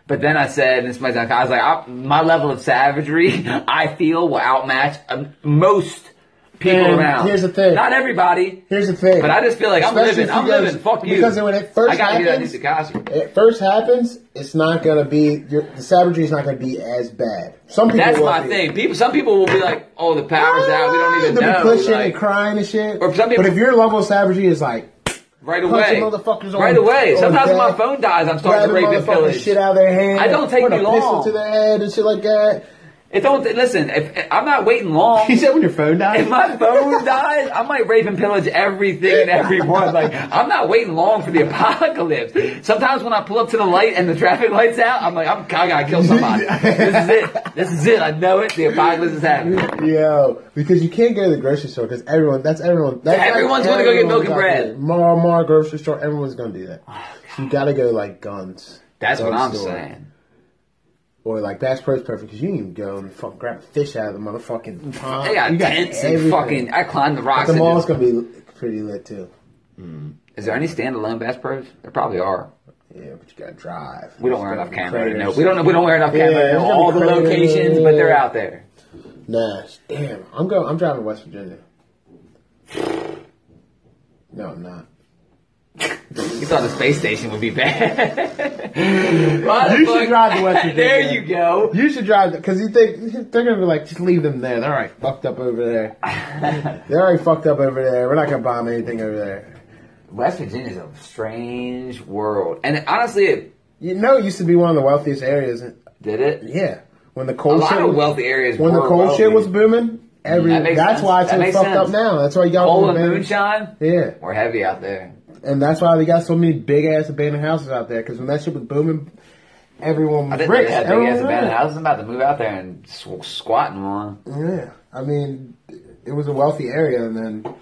[SPEAKER 2] But then I said, and somebody's like, I was like, I, my level of savagery, I feel will outmatch um, most people
[SPEAKER 1] And
[SPEAKER 2] around.
[SPEAKER 1] here's the thing.
[SPEAKER 2] Not everybody.
[SPEAKER 1] Here's the thing.
[SPEAKER 2] But I just feel like I'm
[SPEAKER 1] Especially
[SPEAKER 2] living.
[SPEAKER 1] if
[SPEAKER 2] I'm
[SPEAKER 1] you guys-
[SPEAKER 2] living. Fuck you.
[SPEAKER 1] Because when it first
[SPEAKER 2] I gotta
[SPEAKER 1] happens,
[SPEAKER 2] get out of Nizakashi.
[SPEAKER 1] it first happens, it's not gonna be your, the savagery is not gonna be as bad. Some people
[SPEAKER 2] That's
[SPEAKER 1] will
[SPEAKER 2] my
[SPEAKER 1] be. Ah,
[SPEAKER 2] thing. People, some people will be like, "Oh, the power's out. We don't even
[SPEAKER 1] They'll
[SPEAKER 2] know."
[SPEAKER 1] be pushing
[SPEAKER 2] Like,
[SPEAKER 1] and crying and shit.
[SPEAKER 2] Or some people-
[SPEAKER 1] but if your level of savagery is like
[SPEAKER 2] right
[SPEAKER 1] punching
[SPEAKER 2] away,
[SPEAKER 1] motherfuckers on-
[SPEAKER 2] right away.
[SPEAKER 1] on
[SPEAKER 2] Sometimes when
[SPEAKER 1] deck,
[SPEAKER 2] my phone dies, I'm starting to
[SPEAKER 1] grabbing
[SPEAKER 2] rape and
[SPEAKER 1] motherfuckers
[SPEAKER 2] pillage.
[SPEAKER 1] shit out of their hand,
[SPEAKER 2] I don't take
[SPEAKER 1] putting
[SPEAKER 2] me
[SPEAKER 1] a pistol
[SPEAKER 2] long.
[SPEAKER 1] to their head and shit like that.
[SPEAKER 2] It don't listen. If I'm not waiting long.
[SPEAKER 1] He said when your phone dies.
[SPEAKER 2] If my phone dies, I might rape and pillage everything and everyone. Like, I'm not waiting long for the apocalypse. Sometimes when I pull up to the light and the traffic light's out, I'm like, I'm, I gotta kill somebody. This is it. This is it. I know it. The apocalypse is happening.
[SPEAKER 1] Yo, because you can't go to the grocery store because everyone, that's everyone. That's
[SPEAKER 2] Everyone's gonna go get milk and
[SPEAKER 1] everyone's out
[SPEAKER 2] bread.
[SPEAKER 1] there. Mar, Mar, grocery store, everyone's gonna do that. So you gotta go like guns.
[SPEAKER 2] That's what
[SPEAKER 1] Gun
[SPEAKER 2] I'm
[SPEAKER 1] store.
[SPEAKER 2] saying.
[SPEAKER 1] Or like Bass Pro's Perfect because you can even go and fuck, grab fish out of the motherfucking pond.
[SPEAKER 2] They got
[SPEAKER 1] Uh, You
[SPEAKER 2] tents and
[SPEAKER 1] everything.
[SPEAKER 2] fucking. I climbed the
[SPEAKER 1] But
[SPEAKER 2] rocks.
[SPEAKER 1] The
[SPEAKER 2] and
[SPEAKER 1] mall's
[SPEAKER 2] just-
[SPEAKER 1] gonna be pretty lit too.
[SPEAKER 2] is there any standalone Bass Pros? There probably are.
[SPEAKER 1] Yeah, but you gotta drive.
[SPEAKER 2] We don't wear
[SPEAKER 1] There's gonna
[SPEAKER 2] enough
[SPEAKER 1] be
[SPEAKER 2] camera. to know.
[SPEAKER 1] craters.
[SPEAKER 2] we don't. We don't wear enough
[SPEAKER 1] Yeah,
[SPEAKER 2] camera. to
[SPEAKER 1] there's
[SPEAKER 2] know
[SPEAKER 1] gonna
[SPEAKER 2] all the
[SPEAKER 1] be craters.
[SPEAKER 2] locations, but they're out there.
[SPEAKER 1] Nah, damn. I'm going. I'm driving to West Virginia. No, I'm not.
[SPEAKER 2] You thought the space station would be bad. Why the
[SPEAKER 1] You should
[SPEAKER 2] fuck-
[SPEAKER 1] drive to West Virginia.
[SPEAKER 2] there you go.
[SPEAKER 1] You should drive because you think they're gonna be like, just leave them there. They're already fucked up over there. They're already fucked up over there. We're not gonna bomb anything over there.
[SPEAKER 2] West Virginia's a strange world, and honestly, it
[SPEAKER 1] You know, it used to be one of the wealthiest areas. in-
[SPEAKER 2] did it.
[SPEAKER 1] Yeah, when the
[SPEAKER 2] A
[SPEAKER 1] coal
[SPEAKER 2] lot
[SPEAKER 1] shit
[SPEAKER 2] of
[SPEAKER 1] was,
[SPEAKER 2] wealthy areas.
[SPEAKER 1] when
[SPEAKER 2] were
[SPEAKER 1] the coal
[SPEAKER 2] wealthy.
[SPEAKER 1] shit was booming. Every
[SPEAKER 2] That makes
[SPEAKER 1] that's
[SPEAKER 2] sense.
[SPEAKER 1] why it's
[SPEAKER 2] That
[SPEAKER 1] so
[SPEAKER 2] makes
[SPEAKER 1] fucked up
[SPEAKER 2] sense.
[SPEAKER 1] now. That's why you got all
[SPEAKER 2] coal
[SPEAKER 1] the
[SPEAKER 2] and
[SPEAKER 1] abandoned-
[SPEAKER 2] moonshine.
[SPEAKER 1] Yeah,
[SPEAKER 2] We're heavy out there.
[SPEAKER 1] and that's why they got so many big ass abandoned houses out there. Because when that shit was booming, everyone
[SPEAKER 2] I
[SPEAKER 1] was
[SPEAKER 2] didn't know
[SPEAKER 1] rich.
[SPEAKER 2] they had big
[SPEAKER 1] Everyone
[SPEAKER 2] ass
[SPEAKER 1] was
[SPEAKER 2] abandoned
[SPEAKER 1] rich.
[SPEAKER 2] houses. I'm about to move out there and sw- squat in one.
[SPEAKER 1] Yeah, I mean, it was a wealthy area, and then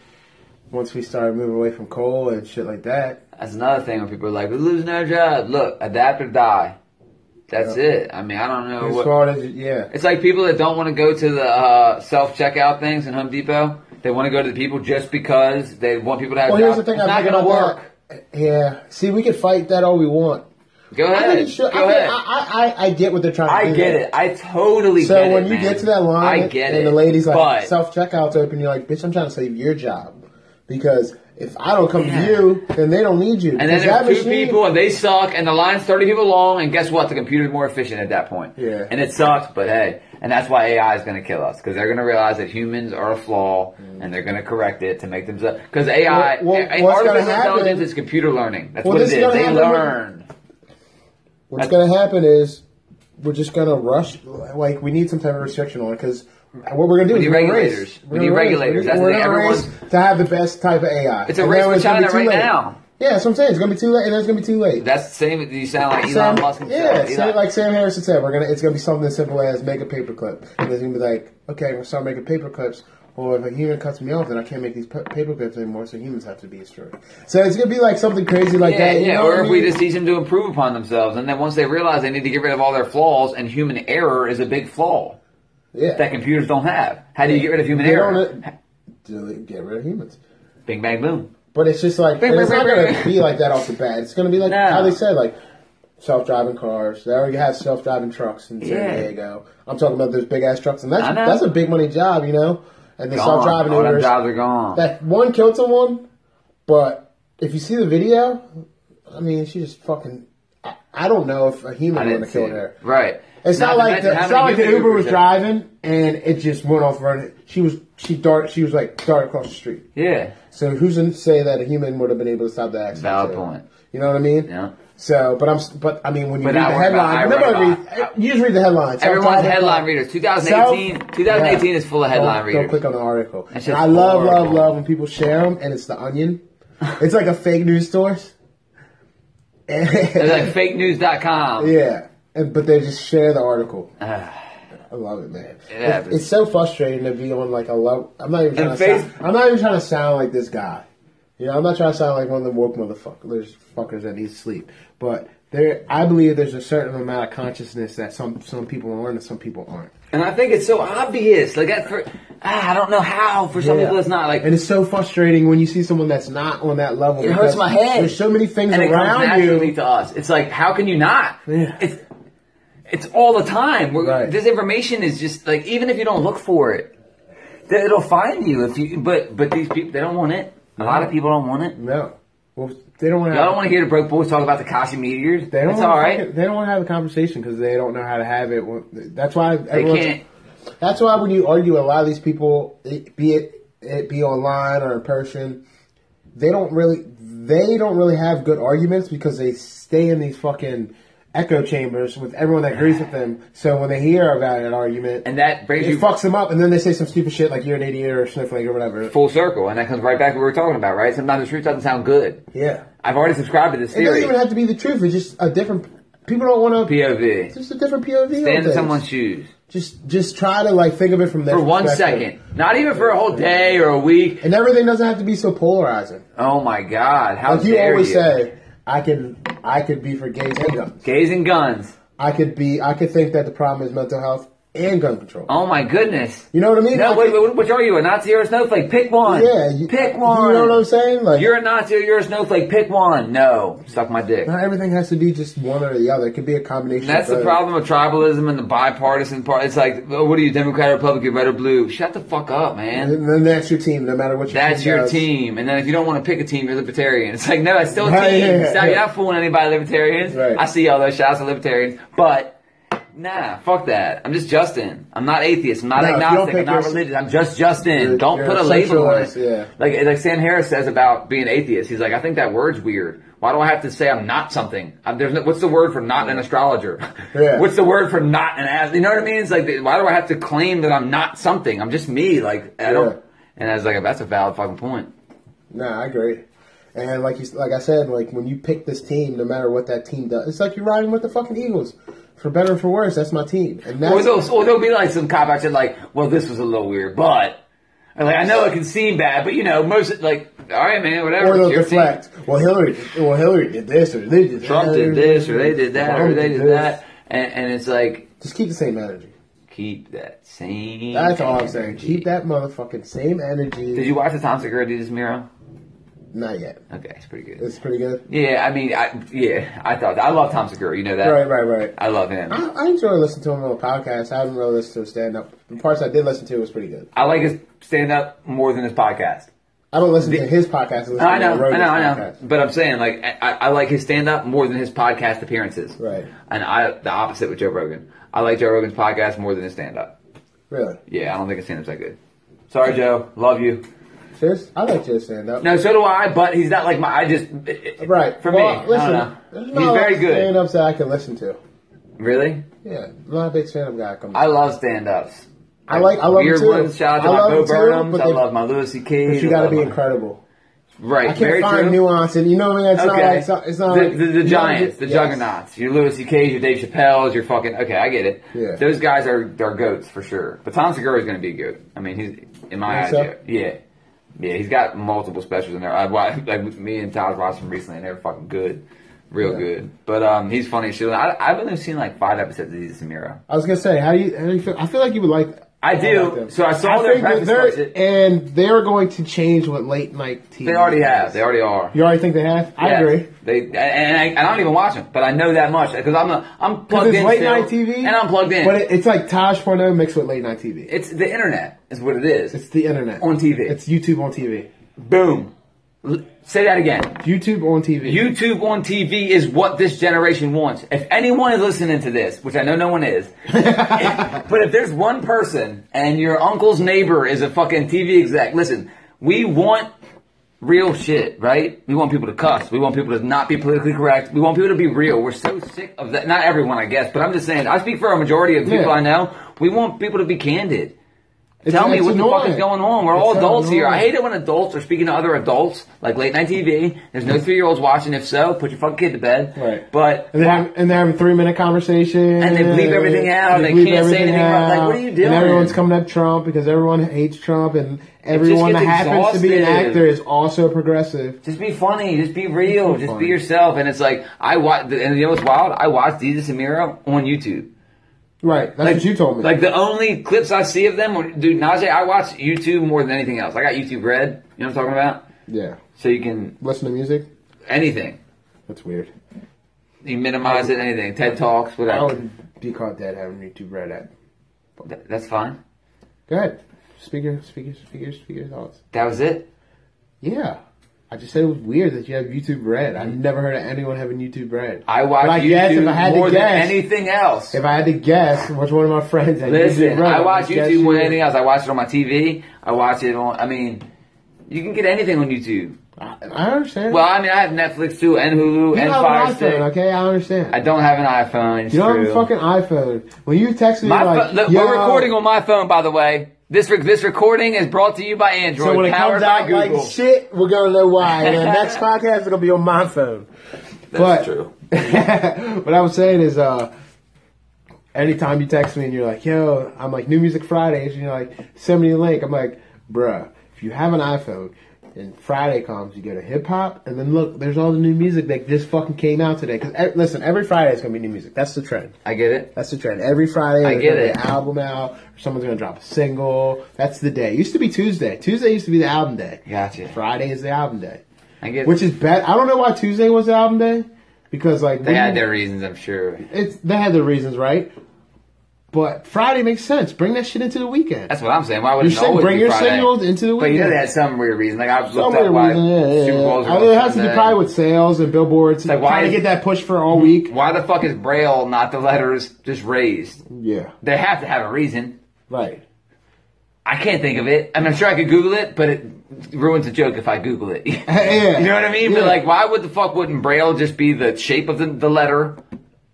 [SPEAKER 1] once we started moving away from coal and shit like that,
[SPEAKER 2] That's another thing when people are like, "We're losing our job." Look, adapt or die. That's
[SPEAKER 1] Yeah.
[SPEAKER 2] it. I mean, I don't know
[SPEAKER 1] as
[SPEAKER 2] what.
[SPEAKER 1] far as yeah,
[SPEAKER 2] It's like people that don't want to go to the uh, self checkout things in Home Depot. They want to go to the people just because they want people to have.
[SPEAKER 1] Well, here's the
[SPEAKER 2] jobs.
[SPEAKER 1] thing.
[SPEAKER 2] It's
[SPEAKER 1] I
[SPEAKER 2] not
[SPEAKER 1] think
[SPEAKER 2] going to
[SPEAKER 1] about
[SPEAKER 2] work.
[SPEAKER 1] that. Yeah. See, we could fight that all we want.
[SPEAKER 2] Go
[SPEAKER 1] I
[SPEAKER 2] ahead.
[SPEAKER 1] think it should.
[SPEAKER 2] go
[SPEAKER 1] I, mean,
[SPEAKER 2] ahead. I,
[SPEAKER 1] I, I I get what they're trying to do.
[SPEAKER 2] get it. I totally
[SPEAKER 1] So
[SPEAKER 2] get it.
[SPEAKER 1] when you
[SPEAKER 2] man.
[SPEAKER 1] get to that line,
[SPEAKER 2] I get
[SPEAKER 1] and
[SPEAKER 2] it.
[SPEAKER 1] the lady's like,
[SPEAKER 2] but
[SPEAKER 1] self checkout's open. You're like, bitch, I'm trying to save your job because if I don't come to you, then they don't need you.
[SPEAKER 2] and then
[SPEAKER 1] Because
[SPEAKER 2] there's
[SPEAKER 1] that
[SPEAKER 2] two
[SPEAKER 1] machine-
[SPEAKER 2] people and they suck and the line's 30 people long and guess what? The computer's more efficient at that point.
[SPEAKER 1] Yeah.
[SPEAKER 2] And it sucks, but hey. And that's why AI is going to kill us because they're going to realize that humans are a flaw and they're going to correct it to make themselves. Because AI,
[SPEAKER 1] Well, well,
[SPEAKER 2] and
[SPEAKER 1] Mm. what's gonna
[SPEAKER 2] artificial
[SPEAKER 1] happen-
[SPEAKER 2] intelligence is computer learning. That's
[SPEAKER 1] Well,
[SPEAKER 2] what it
[SPEAKER 1] this
[SPEAKER 2] is.
[SPEAKER 1] is gonna
[SPEAKER 2] They
[SPEAKER 1] happen when-
[SPEAKER 2] learn.
[SPEAKER 1] What's going to happen is we're just going to rush. Like we need some type of restriction on it because what we're going to do is
[SPEAKER 2] We need
[SPEAKER 1] we're gonna
[SPEAKER 2] regulators.
[SPEAKER 1] race.
[SPEAKER 2] We
[SPEAKER 1] We're
[SPEAKER 2] need
[SPEAKER 1] gonna race.
[SPEAKER 2] regulators. That's the
[SPEAKER 1] we're
[SPEAKER 2] thing.
[SPEAKER 1] gonna race
[SPEAKER 2] Everyone's-
[SPEAKER 1] to have the best type of AI.
[SPEAKER 2] It's a
[SPEAKER 1] And
[SPEAKER 2] race
[SPEAKER 1] then
[SPEAKER 2] with
[SPEAKER 1] it's gonna be
[SPEAKER 2] China
[SPEAKER 1] too
[SPEAKER 2] right
[SPEAKER 1] late.
[SPEAKER 2] now.
[SPEAKER 1] Yeah, that's what I'm saying. It's going to be too late, and then it's going to be too late.
[SPEAKER 2] That's the same. You sound like Elon
[SPEAKER 1] Sam-
[SPEAKER 2] Musk.
[SPEAKER 1] yeah,
[SPEAKER 2] himself.
[SPEAKER 1] Sam,
[SPEAKER 2] Elon-
[SPEAKER 1] like Sam Harrison said, we're gonna. It's gonna be something as simple as make a paperclip, and it's gonna be like, okay, we're start making paperclips. Or if a human cuts me off, then I can't make these pa- paperclips anymore, so humans have to be destroyed. So it's gonna be like something crazy like
[SPEAKER 2] yeah,
[SPEAKER 1] that. you
[SPEAKER 2] yeah.
[SPEAKER 1] know what
[SPEAKER 2] Or
[SPEAKER 1] I
[SPEAKER 2] if we
[SPEAKER 1] mean?
[SPEAKER 2] just teach them to improve upon themselves, and then once they realize they need to get rid of all their flaws, and human error is a big flaw
[SPEAKER 1] yeah,
[SPEAKER 2] that computers don't have. How do you get rid of human
[SPEAKER 1] They
[SPEAKER 2] error?
[SPEAKER 1] don't, uh, delete- get rid of humans.
[SPEAKER 2] Bing, bang, boom.
[SPEAKER 1] But it's just like
[SPEAKER 2] Bing,
[SPEAKER 1] and it's
[SPEAKER 2] bing,
[SPEAKER 1] not
[SPEAKER 2] bing,
[SPEAKER 1] going
[SPEAKER 2] bing.
[SPEAKER 1] to be like that off the bat. It's going to be like
[SPEAKER 2] No.
[SPEAKER 1] how they said, like self-driving cars. They already have self-driving trucks in San
[SPEAKER 2] Yeah.
[SPEAKER 1] Diego. I'm talking about those big ass trucks, and that's
[SPEAKER 2] I know.
[SPEAKER 1] that's a big money job, you know. And the
[SPEAKER 2] Gone.
[SPEAKER 1] self-driving
[SPEAKER 2] All them
[SPEAKER 1] Ubers,
[SPEAKER 2] jobs are gone.
[SPEAKER 1] that one killed someone, but if you see the video, I mean, she just fucking. I, I don't know if a
[SPEAKER 2] I
[SPEAKER 1] human would
[SPEAKER 2] didn't
[SPEAKER 1] have
[SPEAKER 2] see
[SPEAKER 1] killed
[SPEAKER 2] it.
[SPEAKER 1] her.
[SPEAKER 2] Right.
[SPEAKER 1] It's not,
[SPEAKER 2] to
[SPEAKER 1] like
[SPEAKER 2] mention
[SPEAKER 1] the,
[SPEAKER 2] how
[SPEAKER 1] it's
[SPEAKER 2] many
[SPEAKER 1] not like the
[SPEAKER 2] human
[SPEAKER 1] Uber was
[SPEAKER 2] Ubers are-
[SPEAKER 1] driving and it just went off running. She was she dart she was like darted across the street.
[SPEAKER 2] Yeah.
[SPEAKER 1] So who's to say that a human would have been able to stop the accident?
[SPEAKER 2] Valid
[SPEAKER 1] too?
[SPEAKER 2] point.
[SPEAKER 1] You know what I mean?
[SPEAKER 2] Yeah.
[SPEAKER 1] So, but I'm, s- but I mean, when you
[SPEAKER 2] But
[SPEAKER 1] read
[SPEAKER 2] I
[SPEAKER 1] the
[SPEAKER 2] worry about- I
[SPEAKER 1] headline,
[SPEAKER 2] worry
[SPEAKER 1] nobody
[SPEAKER 2] about-
[SPEAKER 1] reads. You just read the headlines.
[SPEAKER 2] Everyone's
[SPEAKER 1] Self-driving
[SPEAKER 2] headline
[SPEAKER 1] car.
[SPEAKER 2] readers.
[SPEAKER 1] Self-
[SPEAKER 2] 2018. 2018
[SPEAKER 1] yeah.
[SPEAKER 2] is full of headline
[SPEAKER 1] don't, Don't
[SPEAKER 2] readers.
[SPEAKER 1] click on the article.
[SPEAKER 2] That's
[SPEAKER 1] And
[SPEAKER 2] just
[SPEAKER 1] I love, love,
[SPEAKER 2] horrible.
[SPEAKER 1] love when people share them, and it's the Onion. It's like a fake news source.
[SPEAKER 2] It's
[SPEAKER 1] yeah,
[SPEAKER 2] like fakenews.com.
[SPEAKER 1] and but they just share the article.
[SPEAKER 2] Yeah.
[SPEAKER 1] I love it, man.
[SPEAKER 2] Yeah,
[SPEAKER 1] it's, it's so frustrating to be on like a level. I'm not even trying
[SPEAKER 2] And
[SPEAKER 1] to.
[SPEAKER 2] face-
[SPEAKER 1] sound, I'm not even trying to sound like this guy. You know, I'm not trying to sound like one of the woke motherfuckers fuckers that need sleep. But there, I believe there's a certain amount of consciousness that some some people are and some people aren't.
[SPEAKER 2] And I think it's so obvious. Like that for ah, I don't know how for some
[SPEAKER 1] Yeah.
[SPEAKER 2] people it's not like
[SPEAKER 1] and it's so frustrating when you see someone that's not on that level.
[SPEAKER 2] It
[SPEAKER 1] because
[SPEAKER 2] hurts my head.
[SPEAKER 1] There's so many things
[SPEAKER 2] and it comes
[SPEAKER 1] around
[SPEAKER 2] naturally
[SPEAKER 1] you.
[SPEAKER 2] to us. It's like how can you not?
[SPEAKER 1] Yeah.
[SPEAKER 2] It's it's all the time. We're,
[SPEAKER 1] Right.
[SPEAKER 2] This information is just like even if you don't look for it, th- it'll find you. If you but but these people they don't want it. A lot of people don't want it.
[SPEAKER 1] No, well, they don't want.
[SPEAKER 2] Y'all don't want to hear the broke boys talk about the Kashi meteors.
[SPEAKER 1] They don't.
[SPEAKER 2] That's
[SPEAKER 1] wanna
[SPEAKER 2] all right.
[SPEAKER 1] fucking- They don't want to have a conversation because they don't know how to have it. That's why
[SPEAKER 2] They
[SPEAKER 1] everyone's,
[SPEAKER 2] can't.
[SPEAKER 1] That's why when you argue, with a lot of these people, it, be it it be online or in person, they don't really they don't really have good arguments because they stay in these fucking echo chambers with everyone that agrees with them. So when they hear about an argument,
[SPEAKER 2] And that brings
[SPEAKER 1] it
[SPEAKER 2] you
[SPEAKER 1] fucks them up, and then they say some stupid shit like "you're an idiot" or "snowflake" or whatever.
[SPEAKER 2] full circle, and that comes right back to what we were talking about, right? Sometimes the truth doesn't sound good.
[SPEAKER 1] Yeah,
[SPEAKER 2] I've already subscribed to this
[SPEAKER 1] it doesn't
[SPEAKER 2] theory.
[SPEAKER 1] even have to be the truth. It's just a different. People don't want to.
[SPEAKER 2] POV.
[SPEAKER 1] Just a different POV. on
[SPEAKER 2] Stand in
[SPEAKER 1] things.
[SPEAKER 2] someone's shoes
[SPEAKER 1] Just, just try to like think of it from their
[SPEAKER 2] for one
[SPEAKER 1] perspective.
[SPEAKER 2] second, not even for a whole day or a week.
[SPEAKER 1] and everything doesn't have to be so polarizing.
[SPEAKER 2] Oh my God! How
[SPEAKER 1] Like you
[SPEAKER 2] dare
[SPEAKER 1] always
[SPEAKER 2] you?
[SPEAKER 1] say, I can, I could be for gays and guns.
[SPEAKER 2] Gays and guns.
[SPEAKER 1] I could be, I could think that the problem is mental health and gun control.
[SPEAKER 2] Oh my goodness.
[SPEAKER 1] You know what I mean?
[SPEAKER 2] No,
[SPEAKER 1] I
[SPEAKER 2] wait,
[SPEAKER 1] could-
[SPEAKER 2] wait, which are you? A Nazi or a snowflake? Pick one.
[SPEAKER 1] Yeah, you,
[SPEAKER 2] pick one.
[SPEAKER 1] You know what I'm saying? Like,
[SPEAKER 2] You're a Nazi or you're a snowflake. Pick one. No, suck my dick.
[SPEAKER 1] not everything has to be just one or the other. It could be a combination.
[SPEAKER 2] That's
[SPEAKER 1] of
[SPEAKER 2] the
[SPEAKER 1] both.
[SPEAKER 2] problem with tribalism and the bipartisan part. It's like, oh, what are you, Democrat, Republican, red or blue? Shut the fuck up,
[SPEAKER 1] And
[SPEAKER 2] man.
[SPEAKER 1] then- then that's your team, no matter what. Your
[SPEAKER 2] That's
[SPEAKER 1] team
[SPEAKER 2] your
[SPEAKER 1] does.
[SPEAKER 2] team. And then if you don't want to pick a team, you're libertarian. It's like, no, it's still a
[SPEAKER 1] Right,
[SPEAKER 2] team.
[SPEAKER 1] yeah, yeah,
[SPEAKER 2] Stop, you're
[SPEAKER 1] yeah.
[SPEAKER 2] not fooling anybody, libertarians.
[SPEAKER 1] Right.
[SPEAKER 2] I see all those shots of libertarians, but nah, fuck that. I'm just Justin. I'm not atheist. I'm not
[SPEAKER 1] No, if you don't
[SPEAKER 2] agnostic.
[SPEAKER 1] pick
[SPEAKER 2] I'm not
[SPEAKER 1] your-
[SPEAKER 2] religious. I'm just Justin.
[SPEAKER 1] You're-
[SPEAKER 2] don't
[SPEAKER 1] you're
[SPEAKER 2] put a label on it.
[SPEAKER 1] essentialist, yeah.
[SPEAKER 2] Like like Sam Harris says about being atheist. He's like, I think that word's weird. Why do I have to say I'm not something? i there's no, what's the word for not an astrologer?
[SPEAKER 1] Yeah.
[SPEAKER 2] what's the word for not an as? You know what I mean? It's like, why do I have to claim that I'm not something? I'm just me. Like I
[SPEAKER 1] Yeah.
[SPEAKER 2] don't. And I was like, that's a valid fucking point.
[SPEAKER 1] Nah, I agree. And like you, like I said, like when you pick this team, no matter what that team does, it's like you're riding with the fucking Eagles. For better or for worse, that's my team. And that's
[SPEAKER 2] Or they'll, or they'll be like some cop out shit like, well, this was a little weird, but and like I know it can seem bad, but you know, most like, all right, man,
[SPEAKER 1] or
[SPEAKER 2] whatever. it's
[SPEAKER 1] they'll
[SPEAKER 2] your team.
[SPEAKER 1] deflect. Well, Hillary, well, Hillary did this, or they did
[SPEAKER 2] Trump
[SPEAKER 1] that,
[SPEAKER 2] did this, or they did that, or
[SPEAKER 1] Obama
[SPEAKER 2] they did
[SPEAKER 1] this.
[SPEAKER 2] that, and, and it's like
[SPEAKER 1] Just keep the same energy.
[SPEAKER 2] keep that same.
[SPEAKER 1] That's all I'm saying.
[SPEAKER 2] energy.
[SPEAKER 1] Keep that motherfucking same energy.
[SPEAKER 2] Did you watch the Tom Segura do this Miro?
[SPEAKER 1] Not yet.
[SPEAKER 2] Okay, it's pretty good.
[SPEAKER 1] It's pretty good.
[SPEAKER 2] Yeah, I mean, I yeah, I thought I love Tom Segura. You know that.
[SPEAKER 1] Right, right, right.
[SPEAKER 2] I love him.
[SPEAKER 1] I, I enjoy listening to him on podcasts. I haven't really listened to him stand up. The parts I did listen to was pretty good.
[SPEAKER 2] I like his stand up more than his podcast.
[SPEAKER 1] I don't listen to his podcast. Oh, I, listen
[SPEAKER 2] I
[SPEAKER 1] to
[SPEAKER 2] know,
[SPEAKER 1] Rogan's
[SPEAKER 2] I know, I know.
[SPEAKER 1] podcast.
[SPEAKER 2] But I'm saying, like, I, I I like his stand up more than his podcast appearances.
[SPEAKER 1] Right.
[SPEAKER 2] And I the opposite with Joe Rogan. I like Joe Rogan's podcast more than his stand up.
[SPEAKER 1] Really?
[SPEAKER 2] Yeah, I don't think his stand up's that good. Sorry, Joe. Love you.
[SPEAKER 1] Serious? I like your stand up.
[SPEAKER 2] No, so do I. But he's not like my. I just it- it-
[SPEAKER 1] Right.
[SPEAKER 2] for
[SPEAKER 1] Well,
[SPEAKER 2] me.
[SPEAKER 1] Listen,
[SPEAKER 2] I
[SPEAKER 1] there's
[SPEAKER 2] don't know.
[SPEAKER 1] not a
[SPEAKER 2] He's
[SPEAKER 1] lot
[SPEAKER 2] very
[SPEAKER 1] of
[SPEAKER 2] good.
[SPEAKER 1] Stand ups that I can listen to.
[SPEAKER 2] Really,
[SPEAKER 1] Yeah, I'm not a big stand up guy. Come
[SPEAKER 2] I love stand ups.
[SPEAKER 1] I like- I love 'em
[SPEAKER 2] weird
[SPEAKER 1] too.
[SPEAKER 2] ones. Shout out to
[SPEAKER 1] I
[SPEAKER 2] my
[SPEAKER 1] love
[SPEAKER 2] Bo
[SPEAKER 1] 'em too,
[SPEAKER 2] Burnham.
[SPEAKER 1] but
[SPEAKER 2] I
[SPEAKER 1] they-
[SPEAKER 2] love my Louis C.K.
[SPEAKER 1] but you
[SPEAKER 2] I
[SPEAKER 1] got to
[SPEAKER 2] love
[SPEAKER 1] be
[SPEAKER 2] my-
[SPEAKER 1] incredible.
[SPEAKER 2] Right.
[SPEAKER 1] I can't
[SPEAKER 2] very
[SPEAKER 1] find
[SPEAKER 2] true.
[SPEAKER 1] nuance, and you know what I mean. It's not like it's not, it's not
[SPEAKER 2] the,
[SPEAKER 1] like,
[SPEAKER 2] the, the
[SPEAKER 1] you know,
[SPEAKER 2] giants, the
[SPEAKER 1] yes.
[SPEAKER 2] juggernauts. Your Louis C.K.'s, your Dave Chappelle's, your fucking. Okay, I get it.
[SPEAKER 1] Yeah.
[SPEAKER 2] Those guys are are goats for sure. But Tom Segura is going to be a goat. I mean, he's in my eyes.
[SPEAKER 1] Think so?
[SPEAKER 2] Yeah, yeah. He's got multiple specials in there. I watched like me and Todd watched them recently, and they were fucking good, real
[SPEAKER 1] Yeah.
[SPEAKER 2] good. But um, he's funny as shit. I, I've only seen like five episodes of Jesus and Miro.
[SPEAKER 1] I was gonna say, how do you? How do you feel? I feel like you would like.
[SPEAKER 2] I do.
[SPEAKER 1] like them.
[SPEAKER 2] So I saw their
[SPEAKER 1] think that
[SPEAKER 2] breakfast
[SPEAKER 1] they're-
[SPEAKER 2] budget.
[SPEAKER 1] and they're going to change what late night TV.
[SPEAKER 2] They already
[SPEAKER 1] is.
[SPEAKER 2] have. They already are.
[SPEAKER 1] You already think they have? I
[SPEAKER 2] Yes.
[SPEAKER 1] agree.
[SPEAKER 2] They and I, and I don't even watch them, but I know that much because I'm a, I'm plugged
[SPEAKER 1] Because it's
[SPEAKER 2] in
[SPEAKER 1] late
[SPEAKER 2] still,
[SPEAKER 1] night TV,
[SPEAKER 2] and I'm plugged in.
[SPEAKER 1] But it, it's like Taj porno mixed with late night TV.
[SPEAKER 2] It's the internet, is what it is.
[SPEAKER 1] It's the internet
[SPEAKER 2] On TV.
[SPEAKER 1] It's YouTube on TV.
[SPEAKER 2] Boom. L- say that again.
[SPEAKER 1] YouTube on TV.
[SPEAKER 2] YouTube on TV is what this generation wants. If anyone is listening to this, which I know no one is, but if there's one person and your uncle's neighbor is a fucking TV exec, listen, we want real shit, right? We want people to cuss. We want people to not be politically correct. We want people to be real. We're so sick of that. Not everyone, I guess, but I'm just saying, I speak for a majority of people
[SPEAKER 1] Yeah.
[SPEAKER 2] I know. We want people to be candid.
[SPEAKER 1] It's-
[SPEAKER 2] Tell me
[SPEAKER 1] it's
[SPEAKER 2] what the fuck
[SPEAKER 1] annoying.
[SPEAKER 2] is going on. We're
[SPEAKER 1] It's
[SPEAKER 2] all
[SPEAKER 1] so
[SPEAKER 2] adults here. I
[SPEAKER 1] annoying.
[SPEAKER 2] hate it when adults are speaking to other adults, like late night TV. There's no three year olds watching. If so, put your fucking kid to bed.
[SPEAKER 1] Right.
[SPEAKER 2] But
[SPEAKER 1] And they have and they're having three minute conversation.
[SPEAKER 2] And they bleep everything out, they
[SPEAKER 1] bleep
[SPEAKER 2] can't say
[SPEAKER 1] everything
[SPEAKER 2] anything right. Like, what are you doing?
[SPEAKER 1] And everyone's coming at Trump because everyone hates Trump, and everyone
[SPEAKER 2] gets
[SPEAKER 1] that happens to be an
[SPEAKER 2] exhausted.
[SPEAKER 1] actor is also progressive.
[SPEAKER 2] just be funny. Just be real. Just be
[SPEAKER 1] funny.
[SPEAKER 2] yourself. And it's like I watch. And you know what's wild? I watched Jesus and Miro on YouTube.
[SPEAKER 1] Right. That's what you told me.
[SPEAKER 2] Like the only clips I see of them, were- dude, Najee. I watch YouTube more than anything else. I got YouTube Red. You know what I'm talking about?
[SPEAKER 1] yeah.
[SPEAKER 2] So you can
[SPEAKER 1] Listen to music.
[SPEAKER 2] anything.
[SPEAKER 1] That's weird.
[SPEAKER 2] You minimize it. Anything. TED Talks.
[SPEAKER 1] I
[SPEAKER 2] Whatever.
[SPEAKER 1] would be caught dead having YouTube read that.
[SPEAKER 2] Th- That's fine.
[SPEAKER 1] Go ahead. Speaker, speaker, speaker, speaker thoughts.
[SPEAKER 2] That was it.
[SPEAKER 1] Yeah. I just said it was weird that you have YouTube Red. I've never heard of anyone having YouTube Red.
[SPEAKER 2] I watch
[SPEAKER 1] But I
[SPEAKER 2] YouTube
[SPEAKER 1] guess if I had to
[SPEAKER 2] more than
[SPEAKER 1] guess-
[SPEAKER 2] anything else.
[SPEAKER 1] If I had to guess, which one of my friends had YouTube
[SPEAKER 2] Listen,
[SPEAKER 1] Red?
[SPEAKER 2] I watch
[SPEAKER 1] I'd guess
[SPEAKER 2] YouTube more
[SPEAKER 1] you.
[SPEAKER 2] than anything else. I watch it on my TV. I watch it on. I mean, you can get anything on YouTube.
[SPEAKER 1] I, I understand.
[SPEAKER 2] Well, I mean, I have Netflix too, and Hulu,
[SPEAKER 1] you
[SPEAKER 2] and
[SPEAKER 1] have
[SPEAKER 2] Fire
[SPEAKER 1] an
[SPEAKER 2] Stick.
[SPEAKER 1] iPhone, okay? I understand.
[SPEAKER 2] I don't have an iPhone. It's
[SPEAKER 1] you don't have
[SPEAKER 2] true.
[SPEAKER 1] a fucking iPhone. When you text me,
[SPEAKER 2] My
[SPEAKER 1] like,
[SPEAKER 2] pho- look,
[SPEAKER 1] Yo,
[SPEAKER 2] we're recording on my phone, by the way. This rec- this recording is brought to you by Android,
[SPEAKER 1] So when it
[SPEAKER 2] powered
[SPEAKER 1] comes
[SPEAKER 2] by
[SPEAKER 1] out
[SPEAKER 2] Google.
[SPEAKER 1] like shit, we're gonna know why. And the next podcast is gonna be on my phone. but-
[SPEAKER 2] true.
[SPEAKER 1] what I was saying is, uh, anytime you text me and you're like, yo, I'm like, New Music Fridays, and you're like, send me a link. I'm like, bruh, if you have an iPhone and Friday comes, you go to hip hop, and then look, there's all the new music that just fucking came out today. Because, listen, every Friday is gonna be new music. That's the trend.
[SPEAKER 2] I get it.
[SPEAKER 1] That's the trend. Every Friday,
[SPEAKER 2] I
[SPEAKER 1] there's
[SPEAKER 2] get
[SPEAKER 1] gonna be
[SPEAKER 2] it.
[SPEAKER 1] an album out, or someone's gonna drop a single. That's the day. It used to be Tuesday. Tuesday used to be the album day.
[SPEAKER 2] Gotcha.
[SPEAKER 1] Friday is the album day.
[SPEAKER 2] I get
[SPEAKER 1] Which
[SPEAKER 2] it.
[SPEAKER 1] is bad. I don't know why Tuesday was the album day. Because like
[SPEAKER 2] They
[SPEAKER 1] we-
[SPEAKER 2] had their reasons, I'm sure.
[SPEAKER 1] it's they had their reasons, right? But Friday makes sense. Bring that shit into the weekend.
[SPEAKER 2] That's what I'm saying. Why
[SPEAKER 1] You're
[SPEAKER 2] wouldn't it
[SPEAKER 1] saying
[SPEAKER 2] always
[SPEAKER 1] bring
[SPEAKER 2] be
[SPEAKER 1] your
[SPEAKER 2] Friday?
[SPEAKER 1] signals into the
[SPEAKER 2] But
[SPEAKER 1] weekend.
[SPEAKER 2] you know they had some weird reason. Like I've
[SPEAKER 1] Some
[SPEAKER 2] looked up
[SPEAKER 1] weird
[SPEAKER 2] why
[SPEAKER 1] reason, yeah, yeah,
[SPEAKER 2] Super Bowls.
[SPEAKER 1] yeah.
[SPEAKER 2] are
[SPEAKER 1] I
[SPEAKER 2] on
[SPEAKER 1] mean, it has to be
[SPEAKER 2] Sunday.
[SPEAKER 1] probably with sales and billboards.
[SPEAKER 2] like,
[SPEAKER 1] Like,
[SPEAKER 2] why
[SPEAKER 1] trying to
[SPEAKER 2] is- Mm-hmm.
[SPEAKER 1] get that push for all week.
[SPEAKER 2] Why the fuck is Braille not the letters just raised?
[SPEAKER 1] Yeah,
[SPEAKER 2] They have to have a reason.
[SPEAKER 1] right.
[SPEAKER 2] I can't think of it. I mean, I'm sure I could Google it, but it ruins the joke if I Google it.
[SPEAKER 1] Yeah.
[SPEAKER 2] You know what I mean? But
[SPEAKER 1] Yeah.
[SPEAKER 2] like, why would the fuck wouldn't Braille just be the shape of the, the letter?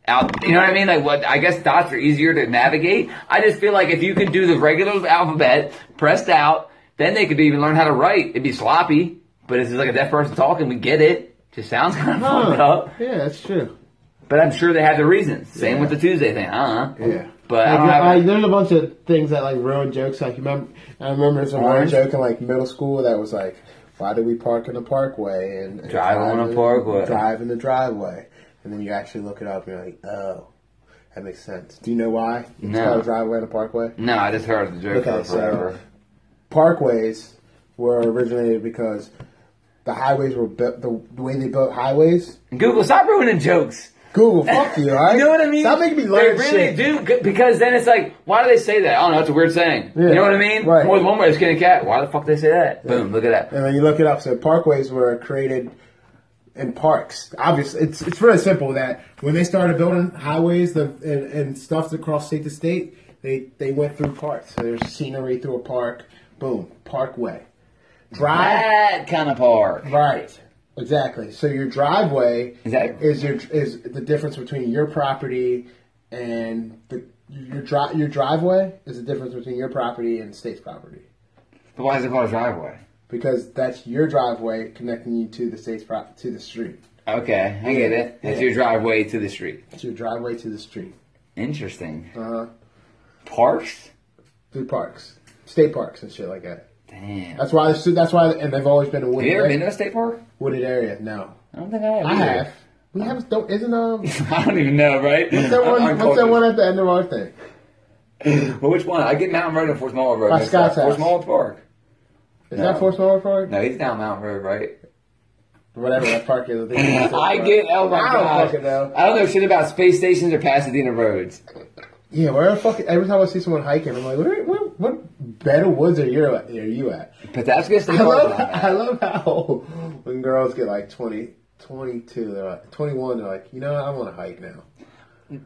[SPEAKER 2] Out, you know what I mean? Like, what? I guess dots are easier to navigate. I just feel like if you could do the regular alphabet pressed out, then they could even learn how to write. It'd be sloppy, but it's just like a deaf person talking. We get it. Just sounds kind of fucked
[SPEAKER 1] Huh.
[SPEAKER 2] up.
[SPEAKER 1] Yeah, that's true.
[SPEAKER 2] But I'm sure they had their reasons. Same
[SPEAKER 1] Yeah.
[SPEAKER 2] with the Tuesday thing. Uh huh.
[SPEAKER 1] Yeah.
[SPEAKER 2] But I
[SPEAKER 1] like,
[SPEAKER 2] don't have.
[SPEAKER 1] like, there's a bunch of things that like ruin jokes. Like you remember, I remember there's a one
[SPEAKER 2] Orange?
[SPEAKER 1] joke in like middle school that was like, "Why do we park in the parkway and, and
[SPEAKER 2] Drive on a
[SPEAKER 1] in-
[SPEAKER 2] parkway.
[SPEAKER 1] Drive in the driveway." And then you actually look it up, and you're like, "Oh, that makes sense." Do you know why? It's
[SPEAKER 2] No.
[SPEAKER 1] called a driveway and a parkway.
[SPEAKER 2] no, I just heard the joke
[SPEAKER 1] Okay,
[SPEAKER 2] for
[SPEAKER 1] so-
[SPEAKER 2] forever.
[SPEAKER 1] Parkways were originated because the highways were built the, the way they built highways.
[SPEAKER 2] Google, stop ruining jokes.
[SPEAKER 1] Google, fuck you, alright?
[SPEAKER 2] You know what I mean?
[SPEAKER 1] Stop making me
[SPEAKER 2] They
[SPEAKER 1] learn
[SPEAKER 2] really
[SPEAKER 1] shit.
[SPEAKER 2] do, c- because then it's like, why do they say that? I don't know. It's a weird saying.
[SPEAKER 1] Yeah,
[SPEAKER 2] You know what I mean?
[SPEAKER 1] right.
[SPEAKER 2] More than one way to skin a cat. Why the fuck they say that? Boom! Look at that.
[SPEAKER 1] And then you look it up. So parkways were created in parks. Obviously, it's it's really simple that when they started building highways the, and, and stuff across state to state, they they went through parks. So there's scenery through a park. Boom, parkway. Drive.
[SPEAKER 2] That kind of park.
[SPEAKER 1] Right. Exactly. So your driveway
[SPEAKER 2] Is that-
[SPEAKER 1] is your is the difference between your property and the your dri- your driveway is the difference between your property and state's property
[SPEAKER 2] But why is it called a driveway?
[SPEAKER 1] because that's your driveway connecting you to the state's pro- to the street.
[SPEAKER 2] Okay, I get it. It's
[SPEAKER 1] Yeah.
[SPEAKER 2] your driveway to the street.
[SPEAKER 1] It's your driveway to the street.
[SPEAKER 2] Interesting.
[SPEAKER 1] Uh,
[SPEAKER 2] Parks.
[SPEAKER 1] through parks, state parks, and shit like that.
[SPEAKER 2] Damn.
[SPEAKER 1] That's why. This, that's why. And they've always been a
[SPEAKER 2] Have you
[SPEAKER 1] wooded,
[SPEAKER 2] ever been
[SPEAKER 1] area,
[SPEAKER 2] to a state park?
[SPEAKER 1] wooded area. No,
[SPEAKER 2] I don't think I have.
[SPEAKER 1] I
[SPEAKER 2] either.
[SPEAKER 1] have. We have. Don't, isn't um.
[SPEAKER 2] I don't even know, right?
[SPEAKER 1] What's that one? What's that one at the end of our thing?
[SPEAKER 2] Well, which one? I get Mountain Road and Fort Small Road.
[SPEAKER 1] By
[SPEAKER 2] mixed
[SPEAKER 1] Scott's
[SPEAKER 2] up. Fort
[SPEAKER 1] house.
[SPEAKER 2] Small Park.
[SPEAKER 1] Is
[SPEAKER 2] No.
[SPEAKER 1] that Fort Small Park?
[SPEAKER 2] No, he's down Mountain Road, right?
[SPEAKER 1] Whatever that park is. I, think it's Fort
[SPEAKER 2] I
[SPEAKER 1] Small.
[SPEAKER 2] get. Oh my
[SPEAKER 1] I don't
[SPEAKER 2] god.
[SPEAKER 1] fucking know.
[SPEAKER 2] I don't know shit about space stations or Pasadena roads.
[SPEAKER 1] Yeah, where the fuck? Every time I see someone hiking, I'm like, where, where, what bed of woods are you at? Are you at?
[SPEAKER 2] Patapsco State
[SPEAKER 1] I
[SPEAKER 2] Park.
[SPEAKER 1] love, I love how when girls get like 20, 22, they're like, 21, they're like, you know, I want to hike now.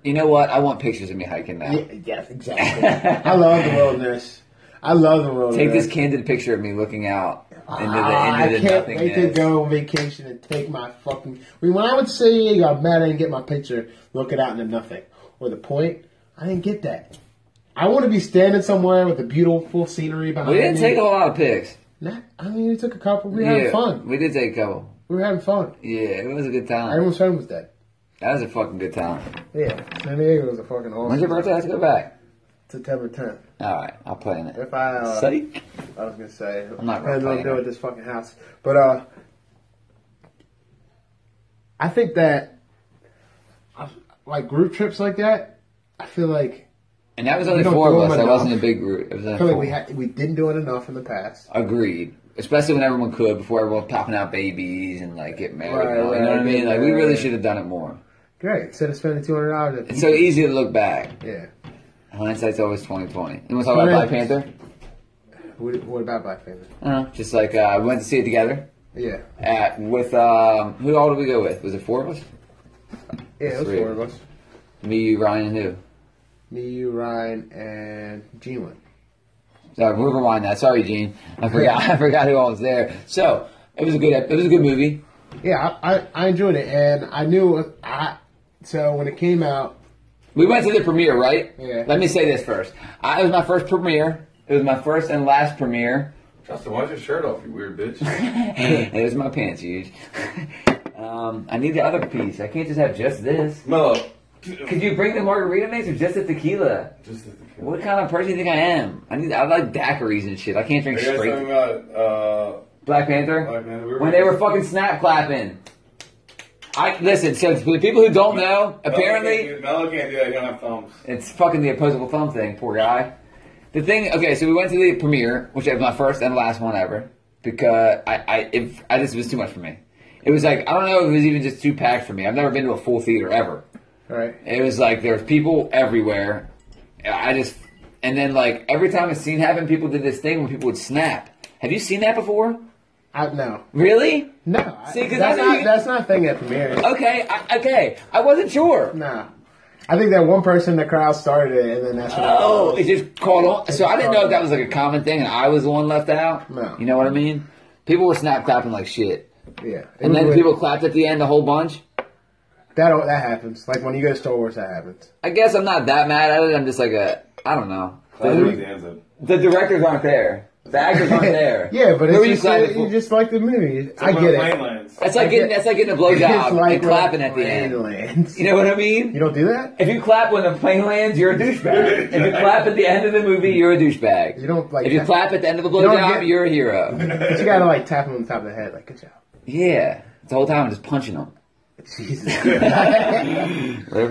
[SPEAKER 2] You know what? I want pictures of me hiking now.
[SPEAKER 1] Yeah, yes, exactly. I love the wilderness. I love the wilderness.
[SPEAKER 2] Take this candid picture of me looking out into the,
[SPEAKER 1] Ah,
[SPEAKER 2] into
[SPEAKER 1] I
[SPEAKER 2] the
[SPEAKER 1] can't wait to
[SPEAKER 2] nothingness.
[SPEAKER 1] go on vacation and take my fucking. I mean, when I would San Diego, I'm mad I didn't get my picture looking out into nothing or the point. I didn't get that. I want to be standing somewhere with the beautiful scenery behind
[SPEAKER 2] We didn't
[SPEAKER 1] me.
[SPEAKER 2] take a whole lot of pics.
[SPEAKER 1] Nah, I mean, we took a couple. We were
[SPEAKER 2] yeah,
[SPEAKER 1] having fun.
[SPEAKER 2] We did take a couple.
[SPEAKER 1] We were having fun.
[SPEAKER 2] Yeah, it was a good time.
[SPEAKER 1] Everyone's friend was dead.
[SPEAKER 2] That was a fucking good time.
[SPEAKER 1] Yeah, San Diego was a fucking
[SPEAKER 2] When's
[SPEAKER 1] awesome.
[SPEAKER 2] your birthday? Let's go back.
[SPEAKER 1] September 10th.
[SPEAKER 2] All right, I'll plan it.
[SPEAKER 1] If I, uh,
[SPEAKER 2] Psych.
[SPEAKER 1] I was gonna say,
[SPEAKER 2] I'm not
[SPEAKER 1] depends what
[SPEAKER 2] gonna
[SPEAKER 1] I'm
[SPEAKER 2] play
[SPEAKER 1] doing with this fucking house. But uh, I think that I- like group trips like that, I feel like
[SPEAKER 2] And that was
[SPEAKER 1] We
[SPEAKER 2] only
[SPEAKER 1] don't
[SPEAKER 2] four
[SPEAKER 1] do
[SPEAKER 2] of us.
[SPEAKER 1] them
[SPEAKER 2] That
[SPEAKER 1] enough.
[SPEAKER 2] wasn't a big group. It was
[SPEAKER 1] I
[SPEAKER 2] only
[SPEAKER 1] feel
[SPEAKER 2] four.
[SPEAKER 1] like we ha- we didn't do it enough in the past.
[SPEAKER 2] Agreed. Especially when everyone could before everyone was popping out babies and like get married.
[SPEAKER 1] Right,
[SPEAKER 2] and all, you know
[SPEAKER 1] right,
[SPEAKER 2] what I mean?
[SPEAKER 1] yeah,
[SPEAKER 2] Like we
[SPEAKER 1] yeah,
[SPEAKER 2] really
[SPEAKER 1] yeah.
[SPEAKER 2] should have done it more.
[SPEAKER 1] Great, instead of spending two hundred dollars.
[SPEAKER 2] It's so easy to look back.
[SPEAKER 1] yeah.
[SPEAKER 2] Hindsight's always twenty twenty. You want to talk about Black
[SPEAKER 1] Right.
[SPEAKER 2] Panther?
[SPEAKER 1] What, what about Black Panther?
[SPEAKER 2] Uh, just like uh, we went to see it together.
[SPEAKER 1] Yeah,
[SPEAKER 2] At with um, who all did we go with? Was it four of us?
[SPEAKER 1] yeah, it was
[SPEAKER 2] Three.
[SPEAKER 1] four of us.
[SPEAKER 2] Me, you, Ryan, and who?
[SPEAKER 1] Me, you, Ryan, and Gene went.
[SPEAKER 2] Sorry, we'll rewind that. Sorry, Gene. I forgot. I forgot who all was there. So It was a good. ep- It was a good movie.
[SPEAKER 1] Yeah, I, I, I enjoyed it, and I knew I. So when it came out,
[SPEAKER 2] We went to the premiere, right?
[SPEAKER 1] Yeah.
[SPEAKER 2] Let me say this first. I, it was my first premiere. It was my first and last premiere.
[SPEAKER 3] Justin, why's your shirt off, you weird bitch?
[SPEAKER 2] and it was my pants huge. um, I need the other piece. I can't just have just this.
[SPEAKER 3] Mellow.
[SPEAKER 2] Could you bring the margarita mix or just the tequila?
[SPEAKER 3] Just the
[SPEAKER 2] What kind of person do you think I am? I need. I like daiquiris and shit. I can't
[SPEAKER 3] Are
[SPEAKER 2] drink
[SPEAKER 3] you guys
[SPEAKER 2] straight.
[SPEAKER 3] talking about uh,
[SPEAKER 2] Black Panther.
[SPEAKER 3] Black Panther? We were-
[SPEAKER 2] when they were fucking snap clapping. I listen. So for the people who don't know, apparently
[SPEAKER 3] Mellow can't do- Mellow can't do that. He don't have thumbs.
[SPEAKER 2] it's fucking the opposable thumb thing. Poor guy. The thing. Okay, so we went to the premiere, which was my first and last one ever, because I, I, if I just it was too much for me. It was like I don't know if it was even just too packed for me. I've never been to a full theater ever.
[SPEAKER 1] all right,
[SPEAKER 2] It was like there was people everywhere. I just and then like every time a scene happened, people did this thing where people would snap. Have you seen that before?
[SPEAKER 1] I no,
[SPEAKER 2] Really?
[SPEAKER 1] no. I-
[SPEAKER 2] See, 'cause
[SPEAKER 1] that's
[SPEAKER 2] I know
[SPEAKER 1] not
[SPEAKER 2] you-
[SPEAKER 1] that's not a thing at premiere.
[SPEAKER 2] Okay, I, okay. I wasn't sure.
[SPEAKER 1] No, I think that one person in the crowd started it, and then that's when.
[SPEAKER 2] Oh, it just caught on. So I didn't know if that was like a common thing, and I was the one left out.
[SPEAKER 1] No.
[SPEAKER 2] You know what I mean? People were snap clapping like shit,
[SPEAKER 1] yeah, It
[SPEAKER 2] and
[SPEAKER 1] was
[SPEAKER 2] then
[SPEAKER 1] weird.
[SPEAKER 2] people clapped at the end a whole bunch.
[SPEAKER 1] that that happens. Like when you go to Star Wars, that happens.
[SPEAKER 2] I guess I'm not that mad at it. I'm just like a I don't know.
[SPEAKER 3] That's
[SPEAKER 2] The-
[SPEAKER 3] what he ends up.
[SPEAKER 2] The directors aren't there. The actors aren't there.
[SPEAKER 1] yeah, but
[SPEAKER 2] Who
[SPEAKER 1] it's
[SPEAKER 2] are you
[SPEAKER 1] just,
[SPEAKER 2] clapping
[SPEAKER 1] you,
[SPEAKER 2] for?
[SPEAKER 1] just like the movie. I get it.
[SPEAKER 3] Lands.
[SPEAKER 2] That's like
[SPEAKER 1] I
[SPEAKER 2] getting
[SPEAKER 1] get-
[SPEAKER 2] that's like getting a
[SPEAKER 1] It's
[SPEAKER 2] blowjob
[SPEAKER 1] like
[SPEAKER 2] and clapping at the
[SPEAKER 1] when
[SPEAKER 2] end.
[SPEAKER 1] it lands.
[SPEAKER 2] You know what I
[SPEAKER 1] You
[SPEAKER 2] mean?
[SPEAKER 1] don't do that.
[SPEAKER 2] If you clap when the plane lands, you're a douchebag. If you clap at the end of the movie, you're a douchebag.
[SPEAKER 1] You don't like.
[SPEAKER 2] If you
[SPEAKER 1] tap-
[SPEAKER 2] clap at the end of the
[SPEAKER 1] don't
[SPEAKER 2] blowjob,
[SPEAKER 1] get-
[SPEAKER 2] you're a hero.
[SPEAKER 1] but you gotta like tap him on the top of the head. Like good job.
[SPEAKER 2] Yeah, the whole time I'm just punching them.
[SPEAKER 1] Jesus.
[SPEAKER 2] Whatever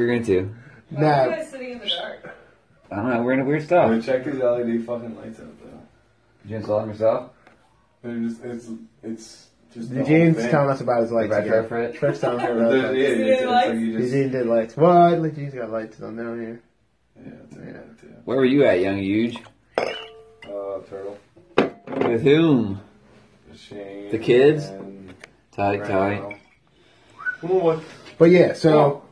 [SPEAKER 2] you're into.
[SPEAKER 4] Why are you
[SPEAKER 1] no.
[SPEAKER 4] guys sitting in the dark?
[SPEAKER 2] I don't know. We're into weird
[SPEAKER 3] I'm
[SPEAKER 2] stuff.
[SPEAKER 3] gonna check these LED fucking lights out though.
[SPEAKER 2] You install them yourself?
[SPEAKER 3] They're just it's it's just the
[SPEAKER 1] Eugene's
[SPEAKER 3] whole thing.
[SPEAKER 1] telling us about his lights.
[SPEAKER 2] Right
[SPEAKER 1] again.
[SPEAKER 2] there for it.
[SPEAKER 1] First time I
[SPEAKER 3] There's-
[SPEAKER 1] ever.
[SPEAKER 3] yeah,
[SPEAKER 1] lights.
[SPEAKER 4] Is it
[SPEAKER 3] it's- it's
[SPEAKER 4] lights?
[SPEAKER 3] like you just-
[SPEAKER 1] Eugene did lights. What? Look, Eugene's got lights on down here.
[SPEAKER 3] yeah, it's like that, too.
[SPEAKER 2] Where were you at, young huge?
[SPEAKER 3] Uh, turtle.
[SPEAKER 2] With whom?
[SPEAKER 3] Shane.
[SPEAKER 2] The kids?
[SPEAKER 3] and
[SPEAKER 2] Tight, tight.
[SPEAKER 3] Randall. Well, what-
[SPEAKER 1] But yeah, so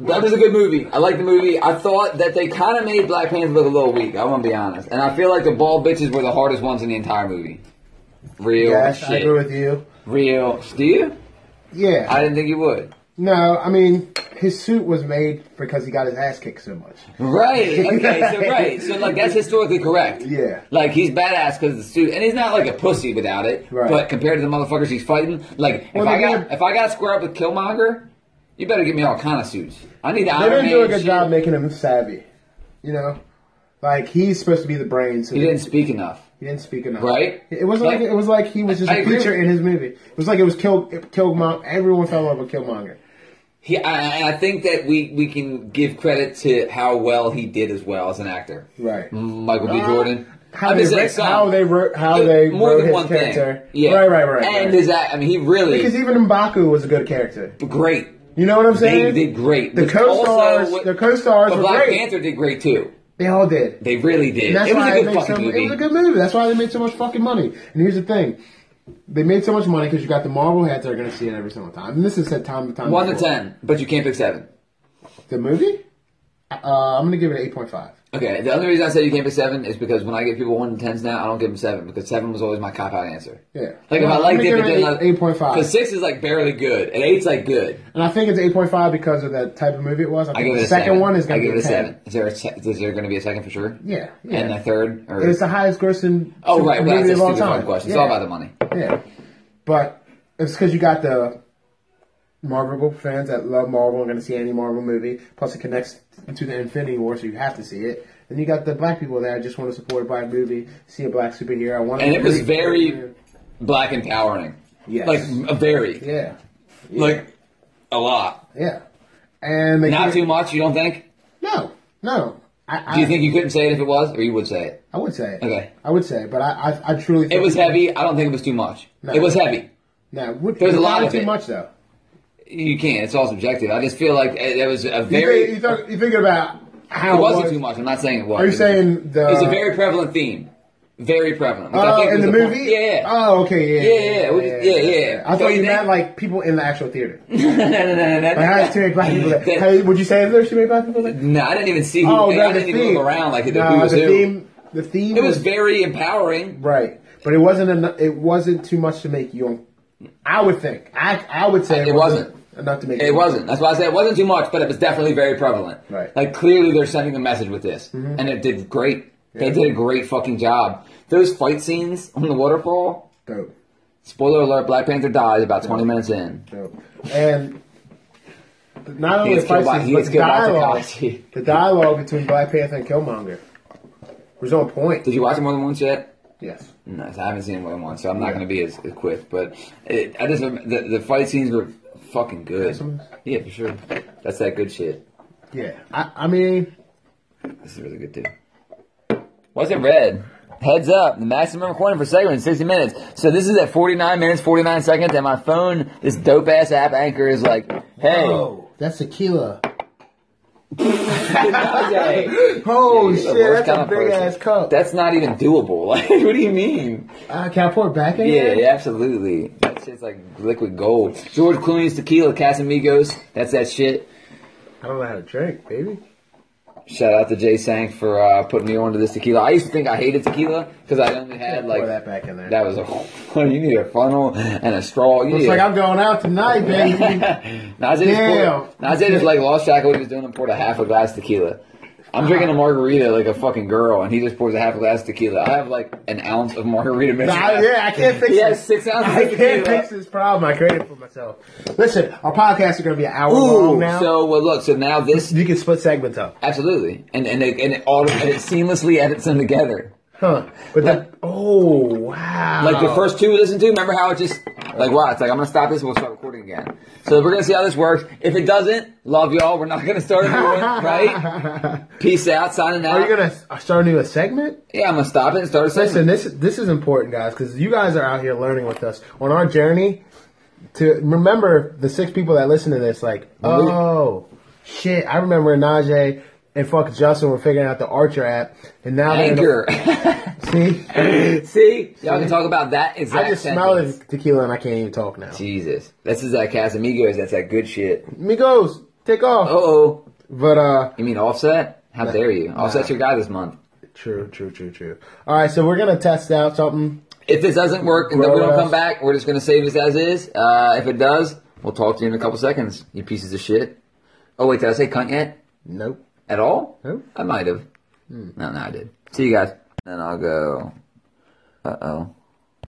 [SPEAKER 2] That was a good movie. I like the movie. I thought that they kind of made Black Panther look a little weak. I want to be honest, and I feel like the bald bitches were the hardest ones in the entire movie. Real
[SPEAKER 1] yes, I
[SPEAKER 2] shit.
[SPEAKER 1] agree with you.
[SPEAKER 2] Real. Do you?
[SPEAKER 1] Yeah.
[SPEAKER 2] I didn't think you would.
[SPEAKER 1] no, I mean his suit was made because he got his ass kicked so much.
[SPEAKER 2] Right. Okay. So right. So like that's historically correct.
[SPEAKER 1] Yeah.
[SPEAKER 2] Like he's badass because of the suit, and he's not like a pussy without it.
[SPEAKER 1] Right.
[SPEAKER 2] But compared to the motherfuckers he's fighting, like
[SPEAKER 1] Well,
[SPEAKER 2] if I
[SPEAKER 1] they
[SPEAKER 2] got
[SPEAKER 1] did-
[SPEAKER 2] if I got square up with Killmonger, you better give me all kind of suits. I need the
[SPEAKER 1] They
[SPEAKER 2] Iron
[SPEAKER 1] didn't
[SPEAKER 2] Man
[SPEAKER 1] do a good
[SPEAKER 2] shit.
[SPEAKER 1] job making him savvy. You know, like he's supposed to be the brains. So
[SPEAKER 2] He didn't speak enough.
[SPEAKER 1] He didn't speak enough.
[SPEAKER 2] Right?
[SPEAKER 1] It wasn't like,
[SPEAKER 2] Like-
[SPEAKER 1] it was like he was just
[SPEAKER 2] I
[SPEAKER 1] a
[SPEAKER 2] agree
[SPEAKER 1] feature
[SPEAKER 2] with-
[SPEAKER 1] in his movie. It was like it was Kill Killmonger. Everyone fell in love with Killmonger.
[SPEAKER 2] He, I, I- I think that we, we can give credit to how well he did as well as an actor.
[SPEAKER 1] Right.
[SPEAKER 2] Michael B.
[SPEAKER 1] Uh,
[SPEAKER 2] Jordan.
[SPEAKER 1] How
[SPEAKER 2] I'm
[SPEAKER 1] they
[SPEAKER 2] just saying
[SPEAKER 1] writ-
[SPEAKER 2] some.
[SPEAKER 1] how they wrote how they
[SPEAKER 2] More
[SPEAKER 1] wrote
[SPEAKER 2] than
[SPEAKER 1] his
[SPEAKER 2] one
[SPEAKER 1] character.
[SPEAKER 2] thing. Yeah.
[SPEAKER 1] Right, right, right.
[SPEAKER 2] And
[SPEAKER 1] right.
[SPEAKER 2] his act, I mean, he really
[SPEAKER 1] because even Mbaku was a good character.
[SPEAKER 2] great.
[SPEAKER 1] You know what I'm
[SPEAKER 2] They
[SPEAKER 1] saying?
[SPEAKER 2] did great.
[SPEAKER 1] The
[SPEAKER 2] But
[SPEAKER 1] co-stars,
[SPEAKER 2] also what-
[SPEAKER 1] the co-stars
[SPEAKER 2] But
[SPEAKER 1] were
[SPEAKER 2] Black
[SPEAKER 1] great.
[SPEAKER 2] Panther did great too.
[SPEAKER 1] They all did.
[SPEAKER 2] They really did.
[SPEAKER 1] And that's
[SPEAKER 2] It was
[SPEAKER 1] why
[SPEAKER 2] a
[SPEAKER 1] they
[SPEAKER 2] good
[SPEAKER 1] made so,
[SPEAKER 2] fucking
[SPEAKER 1] it was a
[SPEAKER 2] movie.
[SPEAKER 1] good movie. That's why they made so much fucking money. And here's the thing. They made so much money because you got the Marvel heads that are going to see it every single time. And this is said time to time.
[SPEAKER 2] One to
[SPEAKER 1] before.
[SPEAKER 2] ten, but you can't pick seven.
[SPEAKER 1] The movie? Uh, I'm going to give it 8.5.
[SPEAKER 2] Okay, the only reason I say you can't pick seven is because when I give people one to tens now, I don't give them seven because seven was always my cop out answer.
[SPEAKER 1] Yeah.
[SPEAKER 2] Like if
[SPEAKER 1] No,
[SPEAKER 2] I
[SPEAKER 1] I'm
[SPEAKER 2] liked
[SPEAKER 1] gonna
[SPEAKER 2] it,
[SPEAKER 1] give
[SPEAKER 2] but
[SPEAKER 1] it
[SPEAKER 2] then like,
[SPEAKER 1] eight- 8.5.
[SPEAKER 2] Because six is like barely good, and eight's like good.
[SPEAKER 1] And I think it's 8.5 because of the type of movie it was. I
[SPEAKER 2] I
[SPEAKER 1] think
[SPEAKER 2] give it
[SPEAKER 1] the
[SPEAKER 2] a
[SPEAKER 1] second
[SPEAKER 2] seven.
[SPEAKER 1] one is
[SPEAKER 2] I
[SPEAKER 1] going to
[SPEAKER 2] give
[SPEAKER 1] be
[SPEAKER 2] it a
[SPEAKER 1] 10.
[SPEAKER 2] seven. Is there a se- is there going to be a second for sure?
[SPEAKER 1] Yeah. yeah.
[SPEAKER 2] And a third? Or
[SPEAKER 1] It's the highest grossing
[SPEAKER 2] oh right, well,
[SPEAKER 1] movie
[SPEAKER 2] that's a
[SPEAKER 1] of all
[SPEAKER 2] stupid
[SPEAKER 1] time.
[SPEAKER 2] fucking question.
[SPEAKER 1] Yeah.
[SPEAKER 2] It's all about the money.
[SPEAKER 1] Yeah. But it's because you got the Marvel fans that love Marvel and going to see any Marvel movie. Plus, it connects to the Infinity War, so you have to see it. Then you got the black people that just want to support a black movie, see a black superhero. I want
[SPEAKER 2] And it was very black empowering.
[SPEAKER 1] Yes.
[SPEAKER 2] Like m- very,
[SPEAKER 1] yeah,
[SPEAKER 2] like a lot.
[SPEAKER 1] yeah. And they
[SPEAKER 2] Not
[SPEAKER 1] couldn't-
[SPEAKER 2] too much, you don't think?
[SPEAKER 1] No, no. I,
[SPEAKER 2] Do you
[SPEAKER 1] I-
[SPEAKER 2] think you couldn't say it if it was, or you would say it?
[SPEAKER 1] I would say. it.
[SPEAKER 2] Okay.
[SPEAKER 1] I would say, it, but I, I, I truly.
[SPEAKER 2] It was heavy. I don't think it was too much.
[SPEAKER 1] No.
[SPEAKER 2] It was heavy.
[SPEAKER 1] No, would,
[SPEAKER 2] There's a lot
[SPEAKER 1] not
[SPEAKER 2] of
[SPEAKER 1] too
[SPEAKER 2] it.
[SPEAKER 1] much though.
[SPEAKER 2] You can't. It's all subjective. I just feel like it, it was a
[SPEAKER 1] You
[SPEAKER 2] very.
[SPEAKER 1] think- you think, you thinking about how
[SPEAKER 2] it wasn't
[SPEAKER 1] was-
[SPEAKER 2] too much. I'm not saying it was.
[SPEAKER 1] Are you saying the?
[SPEAKER 2] it's a very prevalent theme? Very prevalent. which I
[SPEAKER 1] Oh,
[SPEAKER 2] think
[SPEAKER 1] in
[SPEAKER 2] was
[SPEAKER 1] the
[SPEAKER 2] point.
[SPEAKER 1] movie?
[SPEAKER 2] Yeah, yeah.
[SPEAKER 1] Oh, okay, yeah.
[SPEAKER 2] Yeah, yeah, we- yeah, yeah.
[SPEAKER 1] I
[SPEAKER 2] So
[SPEAKER 1] thought you
[SPEAKER 2] you
[SPEAKER 1] meant
[SPEAKER 2] think-
[SPEAKER 1] like people in the actual theater. Like,
[SPEAKER 2] no, no, no, no, no.
[SPEAKER 1] how is too many black people there? Hey, would you say if there's too many black people there?
[SPEAKER 2] No, I didn't even see who.
[SPEAKER 1] Oh,
[SPEAKER 2] I
[SPEAKER 1] no, the
[SPEAKER 2] didn't even
[SPEAKER 1] theme.
[SPEAKER 2] look around like it. who
[SPEAKER 1] No,
[SPEAKER 2] was
[SPEAKER 1] the
[SPEAKER 2] who.
[SPEAKER 1] theme. The theme
[SPEAKER 2] It was very empowering.
[SPEAKER 1] right, but it wasn't. Enough, it wasn't too much to make you I would think. I I would say
[SPEAKER 2] It wasn't.
[SPEAKER 1] enough to make
[SPEAKER 2] It wasn't. That's why I said it wasn't too much, but it was definitely very prevalent.
[SPEAKER 1] Right. Mm-hmm.
[SPEAKER 2] Like clearly they're sending a message with this, and it did great. They
[SPEAKER 1] Yeah.
[SPEAKER 2] did a great fucking job. Those fight scenes on the waterfall.
[SPEAKER 1] Dope.
[SPEAKER 2] Spoiler alert: Black Panther dies about 20 minutes in.
[SPEAKER 1] Dope. And not
[SPEAKER 2] He
[SPEAKER 1] only the
[SPEAKER 2] gets
[SPEAKER 1] fight
[SPEAKER 2] killed by
[SPEAKER 1] scenes,
[SPEAKER 2] he
[SPEAKER 1] but
[SPEAKER 2] gets
[SPEAKER 1] the
[SPEAKER 2] killed by
[SPEAKER 1] dialogue,
[SPEAKER 2] Takashi.
[SPEAKER 1] the dialogue between Black Panther and Killmonger was on point.
[SPEAKER 2] Did you watch it more than once yet?
[SPEAKER 1] Yes.
[SPEAKER 2] No, I haven't seen it more than once, so I'm not going to be as, as quick. But it, I just the, the fight scenes were fucking good.
[SPEAKER 1] Excellent.
[SPEAKER 2] Yeah, for sure. That's that good shit.
[SPEAKER 1] Yeah. I, I mean,
[SPEAKER 2] This is really good too. What's it red? Heads up, the maximum recording per second is 60 minutes. So this is at 49 minutes, 49 seconds, and my phone, this dope ass app anchor is like, hey.
[SPEAKER 1] oh, that's tequila.
[SPEAKER 2] Okay.
[SPEAKER 1] Oh
[SPEAKER 2] You're the
[SPEAKER 1] shit,
[SPEAKER 2] worst
[SPEAKER 1] that's a
[SPEAKER 2] kind of
[SPEAKER 1] big
[SPEAKER 2] person.
[SPEAKER 1] ass cup.
[SPEAKER 2] That's not even doable. Like, what do you mean?
[SPEAKER 1] uh, can I pour it back in?
[SPEAKER 2] Yeah,
[SPEAKER 1] there?
[SPEAKER 2] yeah, absolutely. That shit's like liquid gold. George Clooney's tequila, Casamigos, that's that shit.
[SPEAKER 1] I don't know how to drink, baby.
[SPEAKER 2] Shout out to Jay Sank for uh, putting me onto this tequila. I used to think I hated tequila because I only had like
[SPEAKER 1] pour that back in there.
[SPEAKER 2] That was a you need a funnel and a straw. You
[SPEAKER 1] Looks
[SPEAKER 2] need
[SPEAKER 1] like
[SPEAKER 2] a,
[SPEAKER 1] I'm going out tonight, baby.
[SPEAKER 2] Najee just
[SPEAKER 1] Damn.
[SPEAKER 2] poured- Najee just like lost track of what he was doing and poured a half a glass tequila. I'm drinking a margarita like a fucking girl, and he just pours a half a glass tequila. I have like an ounce of margarita mixed.
[SPEAKER 1] Nah,
[SPEAKER 2] in.
[SPEAKER 1] yeah, I can't fix
[SPEAKER 2] He has
[SPEAKER 1] this.
[SPEAKER 2] six ounces
[SPEAKER 1] I
[SPEAKER 2] of
[SPEAKER 1] can't
[SPEAKER 2] tequila.
[SPEAKER 1] fix this problem. I created it for myself. Listen, our podcasts are going to be an hour long
[SPEAKER 2] Ooh,
[SPEAKER 1] now.
[SPEAKER 2] so well, look. So now this
[SPEAKER 1] you can split segments up,
[SPEAKER 2] absolutely, and and it, and it, auto, and it seamlessly edits them together.
[SPEAKER 1] huh? But that, oh wow!
[SPEAKER 2] Like the first two we listened to, remember how it just like wow, it's like I'm gonna stop this and we'll start recording again. So we're gonna see how this works. If it doesn't, love y'all. We're not gonna start a new one, right? Peace out, signing out.
[SPEAKER 1] Are you gonna s- start a new segment?
[SPEAKER 2] yeah, I'm gonna stop it and start a
[SPEAKER 1] Listen,
[SPEAKER 2] session.
[SPEAKER 1] this this is important, guys, because you guys are out here learning with us on our journey. To remember the six people that listen to this, like, oh shit, I remember Najee and fuck Justin were figuring out the Archer app, and now they're in the-
[SPEAKER 2] Anchor.
[SPEAKER 1] see.
[SPEAKER 2] see, y'all can talk about that exact.
[SPEAKER 1] I just
[SPEAKER 2] sentence.
[SPEAKER 1] smelled tequila and I can't even talk now.
[SPEAKER 2] Jesus, this is that Casamigos. That's that good shit.
[SPEAKER 1] Migos, take
[SPEAKER 2] Uh
[SPEAKER 1] off.
[SPEAKER 2] oh,
[SPEAKER 1] But uh,
[SPEAKER 2] you mean Offset? How dare you? Offset's your guy this month.
[SPEAKER 1] true, true, true, true. All right, so we're gonna test out something.
[SPEAKER 2] If this doesn't work and then we
[SPEAKER 1] Grow
[SPEAKER 2] don't
[SPEAKER 1] us.
[SPEAKER 2] come back, we're just gonna save this as is. Uh, if it does, we'll talk to you in a couple seconds. You pieces of shit. Oh wait, did I say cunt yet?
[SPEAKER 1] Nope.
[SPEAKER 2] At all?
[SPEAKER 1] Nope. Hmm.
[SPEAKER 2] I might have. No, no, I did. See you guys. Then I'll go. Uh oh.